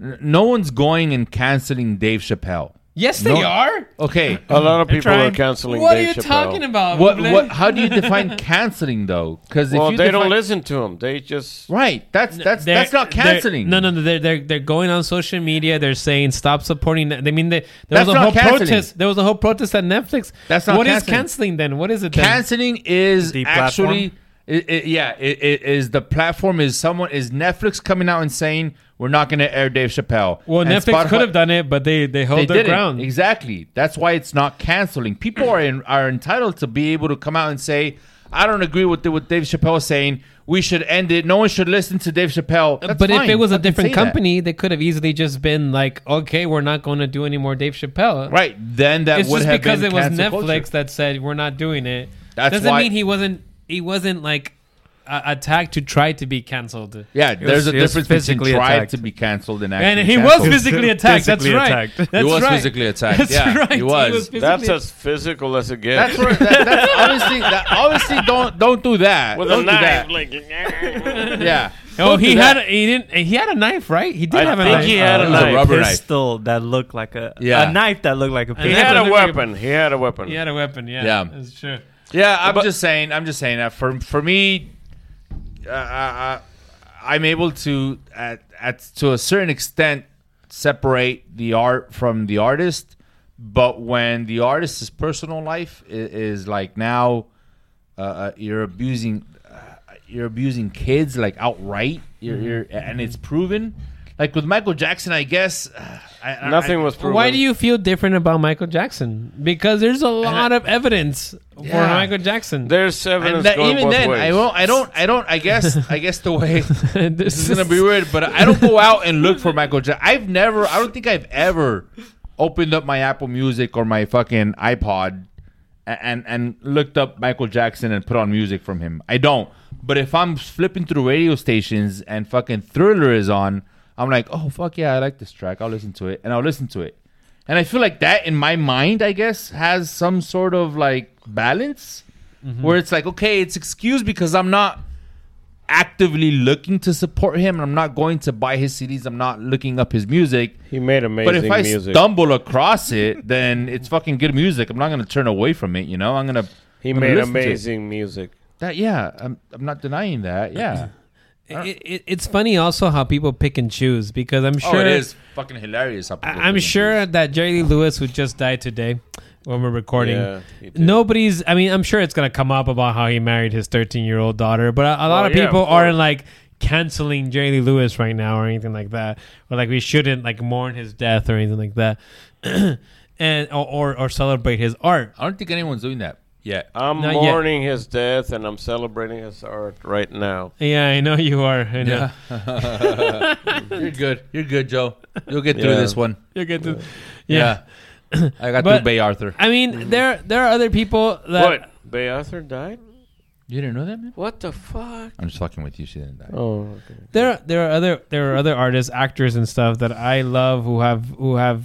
n- no one's going and canceling Dave Chappelle. Yes, they No- are. Okay. A lot of people are trying. canceling. What Dave are you Chappelle. talking about? What? Blaine? What? How do you define canceling though? Because Well, if you they define, don't listen to him. They just Right. That's that's They're- that's not they're- canceling. No, no, no. They're, they're they're going on social media. They're saying stop supporting. Net-" I mean, they, there That's was a not whole canceling. protest. There was a whole protest at Netflix. That's not What is canceling. canceling then? What is it? Then? Canceling is The platform? actually, it, it- yeah, it, it is the platform is someone is Netflix coming out and saying we're not going to air Dave Chappelle. Well, And Netflix Spotify- could have done it, but they they held They their did ground. it exactly. That's why it's not canceling. People are in, are entitled to be able to come out and say, "I don't agree with the, what Dave Chappelle is saying. We should end it. No one should listen to Dave Chappelle." That's but fine. if it was a Fucking different say that. company, they could have easily just been like, "Okay, we're not going to do any more Dave Chappelle." right? Then that it's would just have because been it was cancel Netflix culture. that said we're not doing it. That's Doesn't why- mean he wasn't. He wasn't like uh, attacked to try to be canceled. Yeah, there's a he was difference between physically tried attacked. to be canceled and And actually he was canceled. physically attacked. That's Physically right. That's attacked. He was right. physically attacked. That's Yeah, right. he was. physically that's as physical as it gets. That's right. That, that's honestly, that, honestly, don't don't do that. With don't a do knife, that. like yeah. Oh, Don't do he that. had a, he didn't he had a knife, right? He did I have a think knife. he had it a was a knife. rubber knife. pistol that looked like a Yeah. a knife that looked like a He pistol. had a Yeah. weapon. He had a weapon. He had a weapon. Yeah, Yeah. that's true. Yeah, I'm just saying. I'm just saying that for for me, uh, I, I- I'm able to at, at to a certain extent separate the art from the artist. But when the artist's personal life is, is like now, uh, uh, you're abusing uh, you're abusing kids like outright. You're, Mm-hmm. you're and it's proven. Like with Michael Jackson, I guess uh, I, I- Nothing was proven. Why do you feel different about Michael Jackson? Because there's a lot of evidence for Yeah. Michael Jackson. There's evidence And that, going even both then, ways. I won't. I don't. I don't. I guess. I guess the way This this is gonna be weird, but I don't go out and look for Michael Jackson. I've never. I don't think I've ever opened up my Apple Music or my fucking iPod a- and and looked up Michael Jackson and put on music from him. I don't. But if I'm flipping through radio stations and fucking Thriller is on, I'm like, oh fuck yeah, I like this track. I'll listen to it, and I'll listen to it. And I feel like that in my mind, I guess, has some sort of like balance where it's like, okay, it's excused because I'm not actively looking to support him and I'm not going to buy his CDs. I'm not looking up his music. He made But amazing if I music. stumble across it, then it's fucking good music. I'm not going to turn away from it, you know? I'm going to. he made amazing music. That, yeah, I'm, I'm not denying that. Yeah. It, it, it's funny also how people pick and choose Oh, because I'm sure fucking hilarious. I- I'm sure that Jerry Lee Lewis, who just died today, when we're recording. Yeah, he did. Nobody's. I mean, I'm sure it's gonna come up about how he married his 13 year old daughter, but a, a lot Oh, of yeah, people of course. aren't like canceling Jerry Lee Lewis right now or anything like that, or like we shouldn't like mourn his death or anything like that, and or, or or celebrate his art. I don't think anyone's doing that yet. I'm Not yet. mourning his death and I'm celebrating his art right now. Yeah, I know you are. I know. You're good. You're good, Joe. You'll get through Yeah. this one. You're good. To, yeah. Yeah. I got But- through Bay Arthur. I mean, there there are other people that Mm-hmm. What? Bay Arthur died? You didn't know that, man? What the fuck? I'm just fucking with you. She didn't die. Oh, okay. there are- there are other there are other artists, actors, and stuff that I love who have who have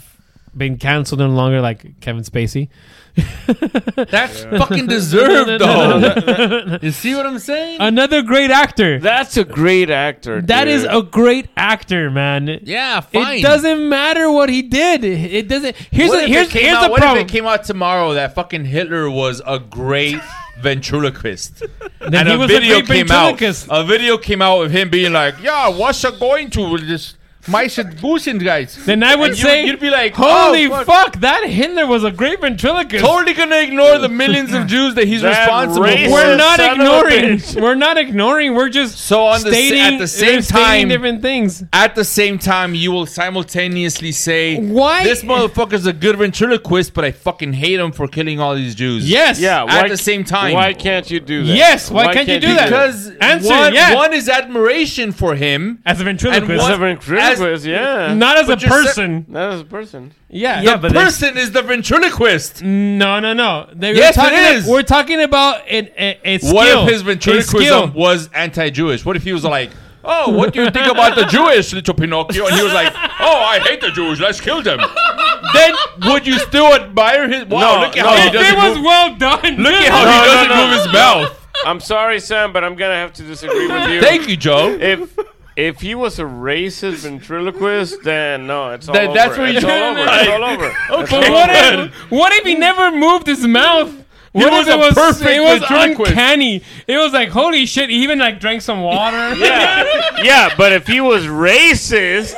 been canceled no longer, like Kevin Spacey. That's fucking deserved, No, though. you see what I'm saying? Another great actor. That's a great actor. That is dude. a great actor, man. yeah, fine. It doesn't matter what he did. It doesn't. Here's What the, if here's it came here's out, the what problem. if it came out tomorrow that fucking Hitler was a great ventriloquist? Then and he a was a video great came out. ventriloquist. A video came out of him being like, "Yeah, what's a going to with this mice and goose and guys?" then I would And you- say, you'd be like, "Holy "Oh, fuck. that Hitler was a great ventriloquist." totally gonna ignore the millions of Jews that he's That responsible racist for. we're not son of a ignoring. bitch. We're not ignoring. We're just So on the s- stating at the same stating time- different things. At the same time, you will simultaneously say, Why- this motherfucker's a good ventriloquist, but I fucking hate him for killing all these Jews." Yes. Yeah, At why the c- same time. Why can't you do that? Yes, why can't you do that? Because Answer, one, yes. one is admiration for him. As a ventriloquist, As one- a ventriloquist, yeah. not as a but you're sa- person. That is a person. yeah, Mm, the person is the ventriloquist. No, no, no. They Yes, we're talking it is. We're talking about a, a, a skill. What if his a skill. ventriloquism was anti-Jewish? What if he was like, "Oh, what do you think about the Jewish little Pinocchio?" And he was like, "Oh, I hate the Jews. Let's kill them." then would you still admire his? Wow, No, look at no. how he If doesn't it was move. well done. Look at how No, he no, doesn't no. move his mouth. I'm sorry, Sam, but I'm gonna have to disagree with you. Thank you, Joe. If if he was a racist ventriloquist, then no, it's all Then over. that's where you- it's all over. It's all over. Oh, But what if, what if he never moved his mouth? What was if it a was perfect it was ventriloquist. uncanny? It was like holy shit. He even like drank some water. Yeah, yeah, but if he was racist,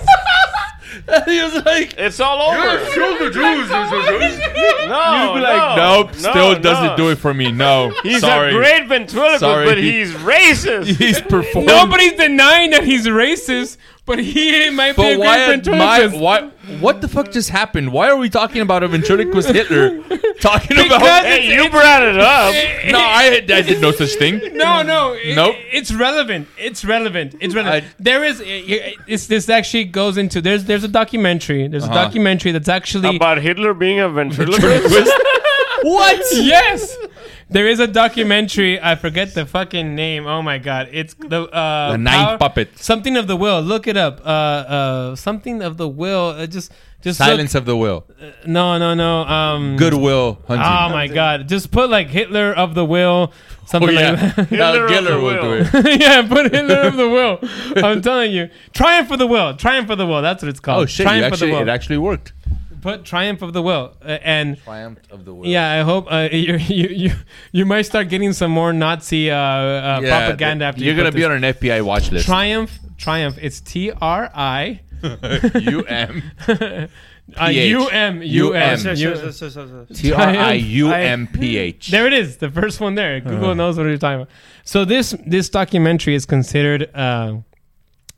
he was like, it's all over. "Kill the Jews." No, You'd be like, no, "Nope, no, still no. doesn't do it for me. No, He's sorry." a great ventriloquist, Sorry. but he's racist. He's performing. Nobody's denying that he's racist, but he might be a But great why, my, ventriloquist. why? What the fuck just happened? Why are we talking about a ventriloquist Hitler? Talking Because about? hey, you brought it up. no, I, I did no such thing. No, no, it, Mm. Nope. It's relevant. It's relevant. It's relevant. I- there is. It's, this actually goes into. There's. There's a documentary. There's Uh-huh. a documentary that's actually About Hitler being a ventriloquist. What? yes. There is a documentary. I forget the fucking name. Oh my god! It's the uh, The Ninth Puppet. Something of the will. Look it up. Uh, uh, something of the will. Uh, just, just look- Silence of the will. No, no, no. Um, Goodwill hunting. Oh my god! Just put like Hitler of the will. Oh, Something yeah. like that. Now Hitler of Giller the will do will. it. yeah, put Hitler of the will. I'm telling you, triumph of the will. Triumph of the will. That's what it's called. Oh shit! You Triumph actually, of the it will. actually worked. put triumph of the will uh, and. Triumph of the will. Yeah, I hope uh, you you you you might start getting some more Nazi uh, uh, propaganda after You're you put gonna be this. on an FBI watch list. Triumph, Triumph. It's T R I U M uh, U M U M. UM. U- T R I U M P H. There it is, the first one there. Uh-huh. Google knows what you're talking about. So this this documentary is considered. Uh,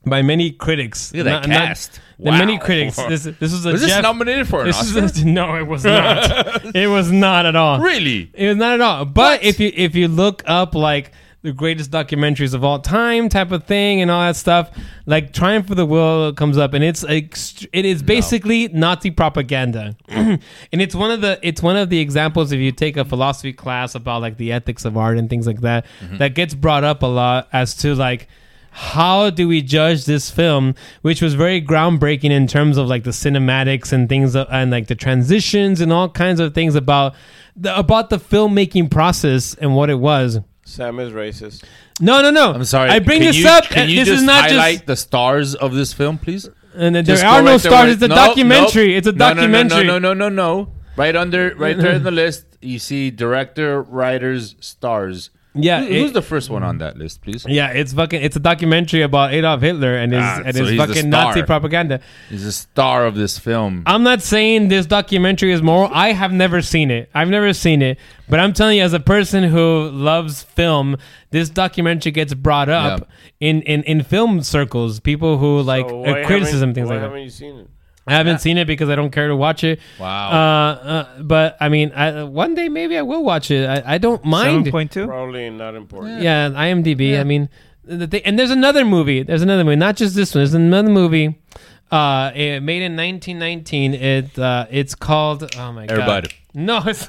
by many critics, Look at Not- that not- cast. the many Wow. critics. This this was a Was Jeff- this nominated for an this Oscar? is a, no, it was not. it was not at all. Really? It was not at all. But if you if you look up like the greatest documentaries of all time type of thing and all that stuff, like Triumph of the Will comes up and it's ext- it is basically Nazi propaganda. and it's one of the it's one of the examples if you take a philosophy class about like the ethics of art and things like that that gets brought up a lot as to like how do we judge this film which was very groundbreaking in terms of like the cinematics and things uh, and like the transitions and all kinds of things about the, about the filmmaking process and what it was Sam is racist. no no no I'm sorry. i bring Can this you- up Can and you this just is not highlight just the stars of this film, please? and then Just there go are no right there stars where- it's a No, documentary nope. it's a No, no, documentary No, no, no, no, no, no. Right under, right there in the list, you see director, writers, stars. Yeah, Who- who's it- the first one on that list, please? Yeah, it's fucking. It's a documentary about Adolf Hitler and his Ah, and so his he's the fucking Nazi star. propaganda. He's the star of this film. I'm not saying this documentary is moral. I have never seen it. I've never seen it. But I'm telling you, as a person who loves film, this documentary gets brought up in, in, in film circles. People who like So uh, why criticism, haven't- things why like that. haven't you seen it? I haven't seen it because I don't care to watch it. Wow. Uh, uh, but I mean, I, one day maybe I will watch it. I, I don't mind. Seven point two. Probably not important. Yeah, IMDb. I mean, the thing, and there's another movie. There's another movie, not just this one. There's another movie. Uh, it made in 1919. It uh, it's called oh my Air god. Bud. No, it's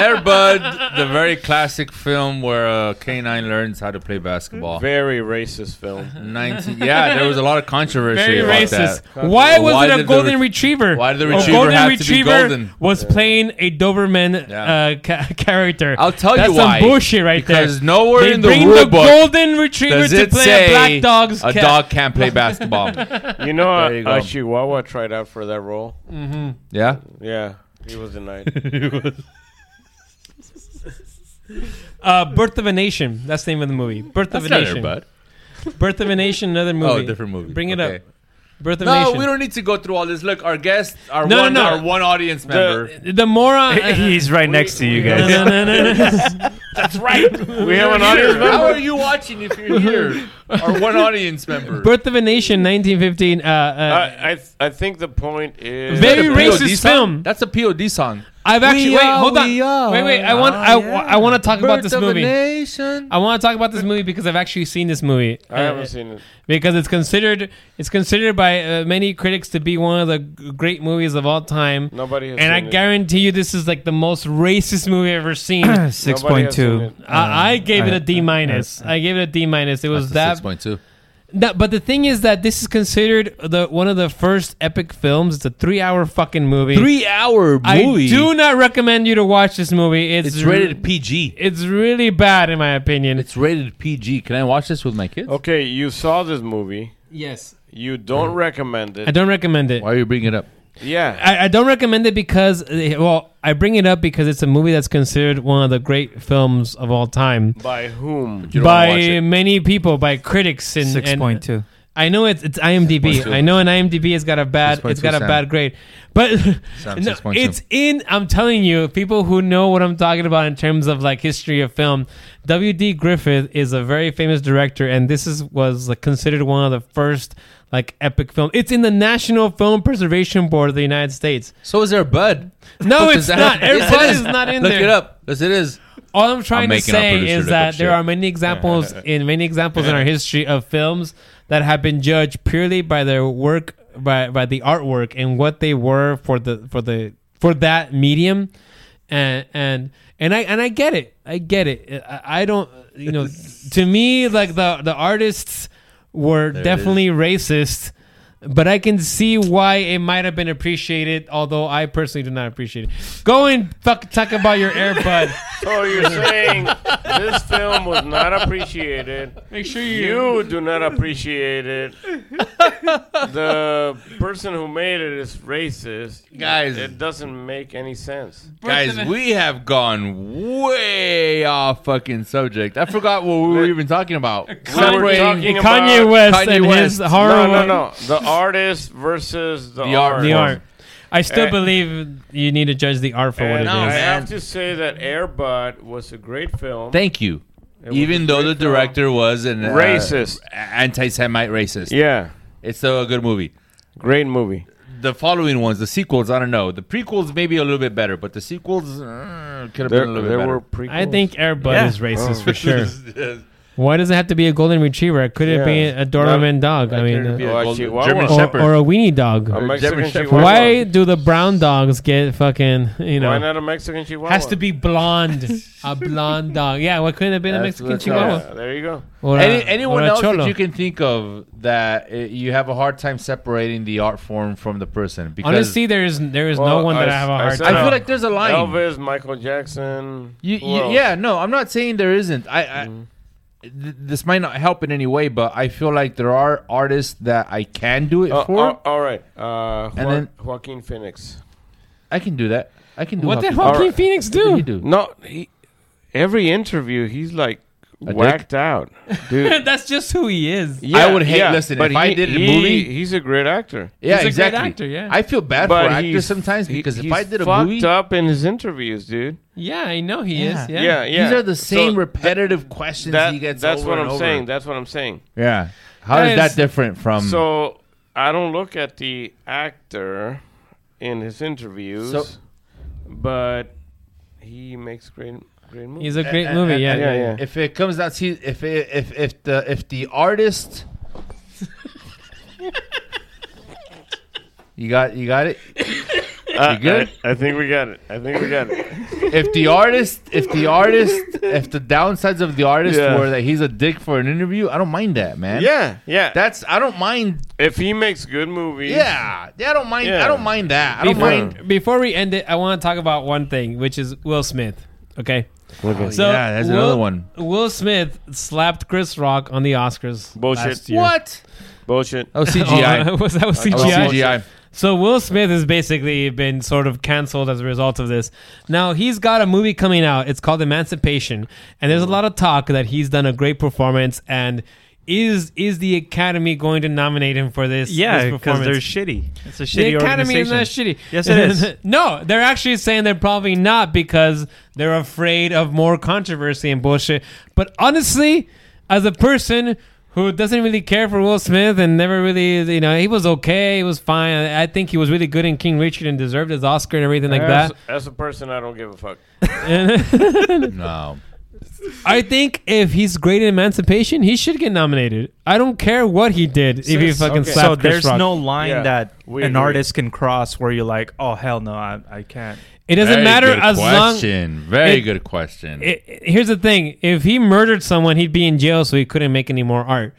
Airbud, the very classic film where a canine learns how to play basketball. Very racist Uh-huh. film. 19, yeah, there was a lot of very controversy about racist. that. Why was Why it a did the golden re- retriever? why did the A retriever golden have to be retriever golden? was playing a Doberman Yeah. uh, ca- character. I'll tell That's you why. some bullshit right there. Because nowhere they in the bring rule the book golden retriever Does to it play say a black dog's a cat. dog can't play basketball? You know, There you go. a, a Chihuahua tried out for that role. yeah, Yeah, he was denied. Uh, Birth of a Nation. That's the name of the movie. Birth of a Nation. Birth of a Nation, another movie. Oh, different movie. Bring it Okay. up. Birth of a No, Nation. we don't need to go through all this. Look, our guest, our No, no, one, no. our one audience member. The moron. He's right next to you guys. No, no, no, no, no. we have an audience How member. are you watching if you're here? our one audience member. Birth of a Nation, 1915. Uh, uh, I I, th- I think the point is Very That's a POD racist song? film. That's a POD song. I've actually We wait. are, Hold on. we are. Ah, Wait, wait. I want. I, I want to talk about this Birth of a movie. nation. I want to talk about this movie because I've actually seen this movie. I Uh, haven't seen it. because it's considered it's considered by uh, many critics to be one of the g- great movies of all time. Nobody has and I seen it. guarantee you, this is like the most racist movie I've ever seen. Six Nobody point has two. seen I, I gave it a D minus. I gave it a D minus. It was that. six point two? that- But the thing is that this is considered the one of the first epic films. It's a three-hour fucking movie. hour I do not recommend you to watch this movie. It's, It's re- rated PG. It's really bad in my opinion. It's rated PG. Can I watch this with my kids? Okay, you saw this movie. yes. You Mm-hmm. don't recommend it. I don't recommend it. Why are you bringing it up? Yeah. I, I don't recommend it because, eh, well, I bring it up because it's a movie that's considered one of the great films of all time By whom? You don't wanna watch by it. many people, by critics. And, Six and- point two. I know it's it's IMDb. 6.2. I know an IMDb has got a bad it's 6.2, got a Sam. bad grade, but Sam, no, 6.2. it's in. I'm telling you, people who know what I'm talking about in terms of like history of film. W. D. Griffith is a very famous director, and this is was like, considered one of the first like epic film. It's in the National Film Preservation Board of the United States. So is there a bud? No, What it's does that not. have- Yes, it Everybody is not in Look there. it up. Yes, it is. All I'm trying to making our say producer is look that up there shit. are many examples in many examples in our history of films that have been judged purely by their work by by the artwork and what they were for the for the for that medium and and and I and I get it. I get it. I, I don't you know to me like the the artists were definitely racist but I can see why it might have been appreciated, although I personally do not appreciate it. Go and fuck talk about your Airbud. So you're saying this film was not appreciated. Make sure You do not appreciate it. the person who made it is racist. Guys. It doesn't make any sense. Guys, we have gone way off fucking subject. I forgot what we were even talking about. So we're talking Kanye about- West Kanye and West. his horror. No, no, no. The artist versus the, The art art. The art. I still Eh. believe you need to judge the art for what it And is. I man. have to say that Airbud was a great film. Thank you. was Even a though the great director was an uh, Racist. anti-Semite racist, yeah, it's still a good movie. great movie. The following ones, the sequels, I don't know. The prequels maybe a little bit better, but the sequels uh, could have There, been a little there bit were better. prequels. I think Airbud is Oh. racist Oh. for sure. Yes. Why does it have to be a golden retriever? Could it be Yeah. a Doberman dog? I Like mean, there'd be a uh, Or a golden Chihuahua. German Or- or, Shepherd. or a weenie dog. a Mexican German Shepherd. Chihuahua. Why do the brown dogs get fucking you know? Why not a Mexican Chihuahua? Has to be blonde, a blonde dog. Yeah, what couldn't have been a That's Mexican what's Chihuahua? Yeah, there you go. Or a- Any, or anyone a else cholo. that you can think of that uh, you have a hard time separating the art form from the person? Because Honestly, there is there is Well, no one that I, have a I hard said I time. feel like there's a line. Elvis, Michael Jackson. You, who you, else? Mm-hmm. yeah, no, I'm not saying there isn't. I, I th- this might not help in any way, but I feel like there are artists that I can do it Uh, for. uh, all right. Uh, Joa- then- Joaquin Phoenix. I can do that. I can do what did Joaquin- Joaquin Alright. Phoenix What did do? he do? No, he, every interview he's like dick? whacked out, dude. That's just who he is. I would hate- listen, if I did a movie- he's a great actor. He's Yeah, a great exactly. actor, yeah. I feel bad for actors he's- sometimes he- because if he's I did a fucked movie, up in his interviews, dude. Yeah, I know he Yeah. is. Yeah, Yeah. yeah. these are the So same repetitive questions that- he gets. That's over what and I'm over. saying. That's what I'm saying. Yeah. How is That that is- different from? so I don't look at the actor in his interviews, So- but he makes great, great movies. He's a great movie. yeah. and- yeah. If it comes out, see if it, if if the if the artist, you got you got it. Uh, good? I, I think we got it. I think we got it. If the artist, if the artist, if the downsides of the artist Yeah. were that he's a dick for an interview, I don't mind that, man. yeah, yeah. That's I don't mind. if he makes good movies, Yeah, yeah, I don't mind. Yeah. I don't mind that. I don't Before, mind. before we end it, I want to talk about one thing, which is Will Smith. Okay. Oh, yeah, that's Will- another one. Will Smith slapped Chris Rock on the Oscars. bullshit. last year. What? Bullshit. Oh, CGI. Oh, was that was Oh, CGI? CGI. So Will Smith has basically been sort of canceled as a result of this. Now he's got a movie coming out. It's called Emancipation, and there's a lot of talk that he's done a great performance. And is is the Academy going to nominate him for this? Yeah, this because performance? they're shitty. It's a shitty the Academy is organization. not shitty. Yes, it is. no, they're actually saying they're probably not because they're afraid of more controversy and bullshit. But honestly, as a person who doesn't really care for Will Smith and never really, you know, he was okay, he was fine. I I think he was really good in King Richard and deserved his Oscar and everything like as, that. as a person, I don't give a fuck. No. I think if he's great in Emancipation, he should get nominated. I don't care what he did if he fucking okay. slapped So Chris there's Rock. no line Yeah, that we an agree. artist can cross where you're like, oh hell no, I, I can't. It doesn't Very matter good as long. question. Very it- good question. it, it- here's the thing: if he murdered someone, he'd be in jail, so he couldn't make any more art,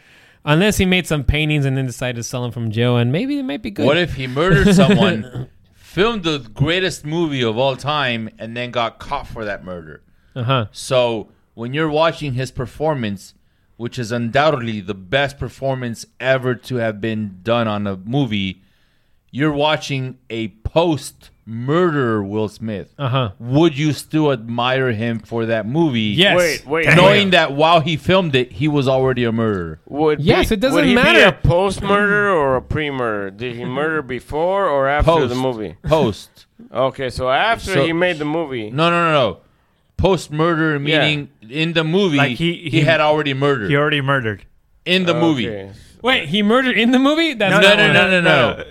unless he made some paintings and then decided to sell them from jail. And maybe it might be good. What if he murdered someone, filmed the greatest movie of all time, and then got caught for that murder? Uh huh. So when you're watching his performance, which is undoubtedly the best performance ever to have been done on a movie, you're watching a post murderer Will Smith. Uh huh. Would you still admire him for that movie? Yes. Wait, wait. Knowing that while he filmed it, he was already a murderer. Would Yes, be- it doesn't would he Be matter. a post murder or a pre murder? Did he murder before or after Post the movie? Post. Okay, so after So- he made the movie. No, no, no, no. Post murder meaning in the movie Like he, he- he, he- had already murdered He already murdered. in the movie. Oh, Okay. Wait, he murdered in the movie? That's No, not no, what- no, no, no, no.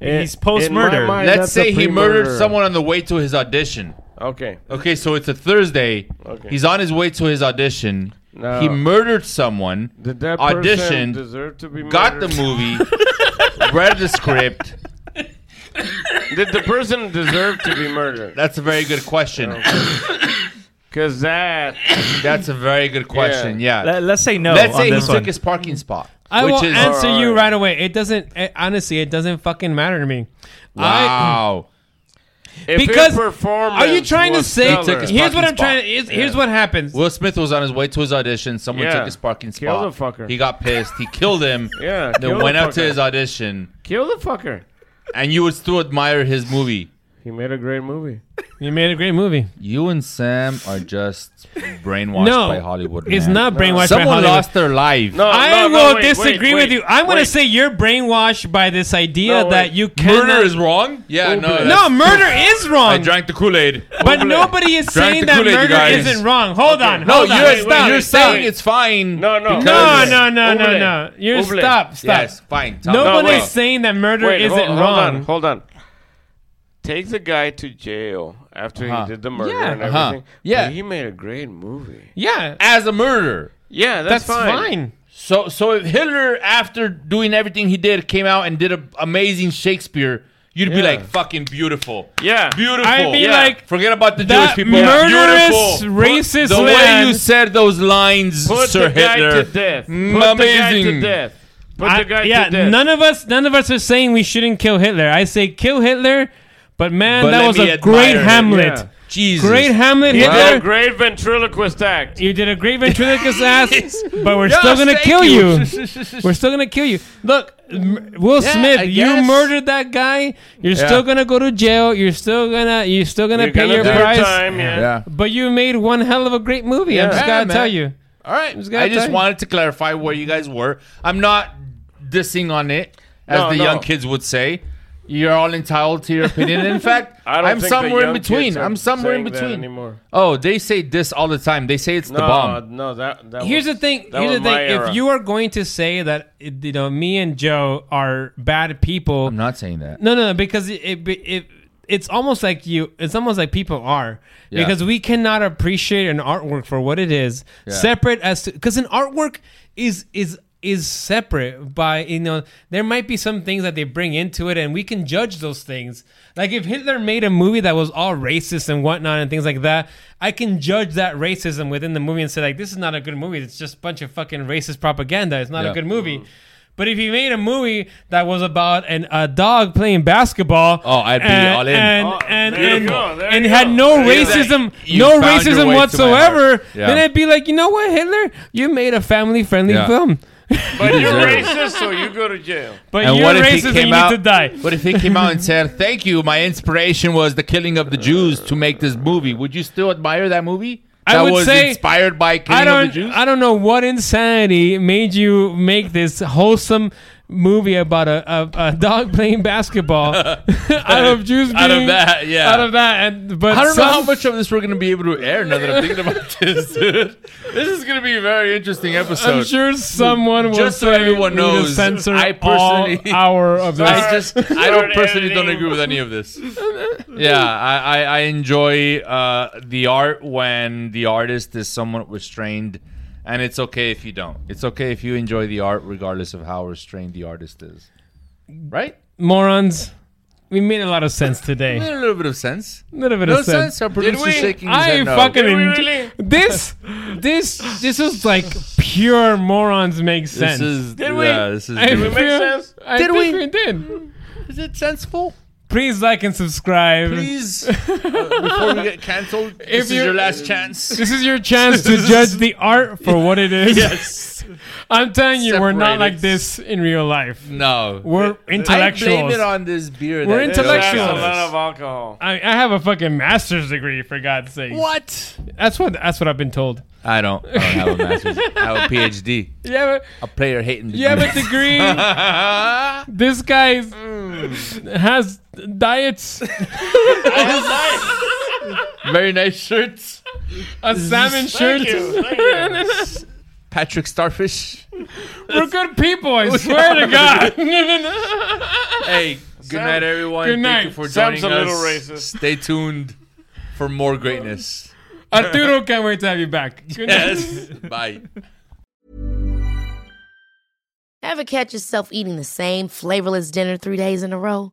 In- He's post in my mind, murder. that's Let's a say he murdered pre-murderer. someone on the way to his audition. Okay. Okay, so it's a Thursday. Okay. He's on his way to his audition. No. He murdered someone. Did that person auditioned, deserve to be got the murdered? movie, read the script. Did the person deserve to be murdered? That's a very good question. Because that That's a very good question. Yeah. Let, us say no. Let's on say he this took one. his parking spot. I which will is answer you Alright. right away. It doesn't. It, honestly, it doesn't fucking matter to me. I, wow. if his Because- performance are you trying to was say? stellar, took his Here's what fucking I'm trying. spot. Here's, here's what happens. Will Smith was on his way to his audition. Someone Yeah. took his parking Kill spot. the fucker. He got pissed. He killed him. Yeah, kill Then the went out to fucker. his audition. kill the fucker? And you would still admire his movie. He made a great movie. You made a great movie. You and Sam are just brainwashed No, by Hollywood. It's man. not brainwashed. by Someone Hollywood. lost their life. No, I no, no, will wait, disagree wait, with wait, you. I'm going to wait. say you're brainwashed by this idea No, that wait. you cannot. Murder is wrong. Yeah, Open no. it. no, that's- murder is I wrong. drank the Kool Aid. but nobody is Drank saying the that Kool-Aid, you murder guys. isn't wrong. Hold on. No, hold on. you're, stop. you're stop. saying it's fine. No, no. No, because- no, no, no, Oble. no. You're Oble. stop. Stop. Yes, fine. Tom. Nobody's wait. saying that murder Wait, isn't hold, hold wrong. on, hold on. Take the guy to jail after he did the murder Yeah. and Uh-huh. everything. Yeah. but he made a great movie. Yeah, As a murderer. Yeah, that's, that's fine. So, so if Hitler, after doing everything he did, came out and did an amazing Shakespeare, you'd be Yeah. like, "Fucking beautiful, Yeah. beautiful." I'd be Yeah. like, "Forget about the that Jewish people, murderous, beautiful." racist The way man. you said those lines, Put Sir the guy Hitler, to death. Put the guy amazing. to death. Put I- the guy Uh, yeah, to death. none of us, none of us are saying we shouldn't kill Hitler. I say kill Hitler, but man, But that let was me a great admire it. Hamlet. Yeah. Jesus, Great Hamlet, He Hitler. did a great ventriloquist act. You did a great ventriloquist ass, but we're still gonna thank kill you. you. we're still gonna kill you. Look, M- Will Yeah, I Smith, you guess. murdered that guy. You're still gonna go to jail. You're still gonna you're still gonna You're pay gonna your do price. time, yeah. Yeah, But you made one hell of a great movie. I'm Yeah. just Yeah, gotta man. tell you. All right. gotta I just tell you. wanted to clarify where you guys were. I'm not dissing on it, as No, the no. young kids would say. You're all entitled to your opinion. And in fact, I don't I'm think the somewhere in young kids between. are I'm somewhere in saying that between. anymore. Oh, they say this all the time. They say it's the no, bomb. no, that, that Here's the was- thing. that Here's was the thing. my era. If you are going to say that you know me and Joe are bad people, I'm not saying that. No, no, because it, it, it it's almost like you. It's almost like people are Yeah. because we cannot appreciate an artwork for what it is, separate as because an artwork is is is separate by you know there might be some things that they bring into it and we can judge those things like if hitler made a movie that was all racist and whatnot and things like that i can judge that racism within the movie and say like this is not a good movie it's just a bunch of fucking racist propaganda it's not Yeah. a good movie but if you made a movie that was about an, a dog playing basketball, Oh, I'd be and, all in. And Oh, and there you and, go, there and you had go. no There you go. racism, You no found your racism way to my whatsoever, heart. Yeah. then I'd be like, you know what, Hitler, you made a family friendly Yeah. film, but you're deserve it. racist, so you go to jail. but you're racist and you out? need to die. What if he came out and said, "Thank you, my inspiration was the killing of the Jews to make this movie"? Would you still admire that movie? I that would was say- inspired by killing I of don't, the Jews. I don't know what insanity made you make this wholesome movie about a, a, a dog playing basketball out of Jews Out of being- that, yeah. out of that, and but I don't know some- how much of this we're going to be able to air now that I'm thinking about this, dude. This is going to be a very interesting episode. I'm sure someone will Just so say everyone we need to knows, censor I personally- all hour of this. I just, I don't Start personally don't editing. agree with any of this. Yeah, I, I, I enjoy uh, the art when the artist is somewhat restrained, and it's okay if you don't. It's okay if you enjoy the art regardless of how restrained the artist is. Right? Morons, we made a lot of sense today. Made a little bit of sense. A little bit No of sense. sense. Our producer's we? shaking his I head no. fucking Did we enj- really? this, this, this is like pure morons make sense. This is. Did we? yeah, this is I good. we make feel- sense? I Did think we? did. Is it senseful? Please like and subscribe. Please, uh, before we get canceled, this is you're- your last chance. This is your chance to judge the art for what it is. Yes. I'm telling you, we're not Separate like it. this in real life. No. We're intellectuals. I blame it on this beer. We're that- That's a Intellectuals. lot of alcohol. I, I have a fucking master's degree for God's sake. What? That's what that's what I've been told. I don't, I don't have a master's. I have a PhD. You have a, A player hating. you have a degree. this guy Mm. has diets, Very nice shirts. a salmon Thank shirt. you. Thank you. Patrick Starfish. We're good people, I swear to God. Hey, good night, everyone. good Thank you night. for joining Sam's a little us. racist. Stay tuned for more greatness. Arturo can't wait to have you back. Good night. Yes. Bye. Ever catch yourself eating the same flavorless dinner three days in a row?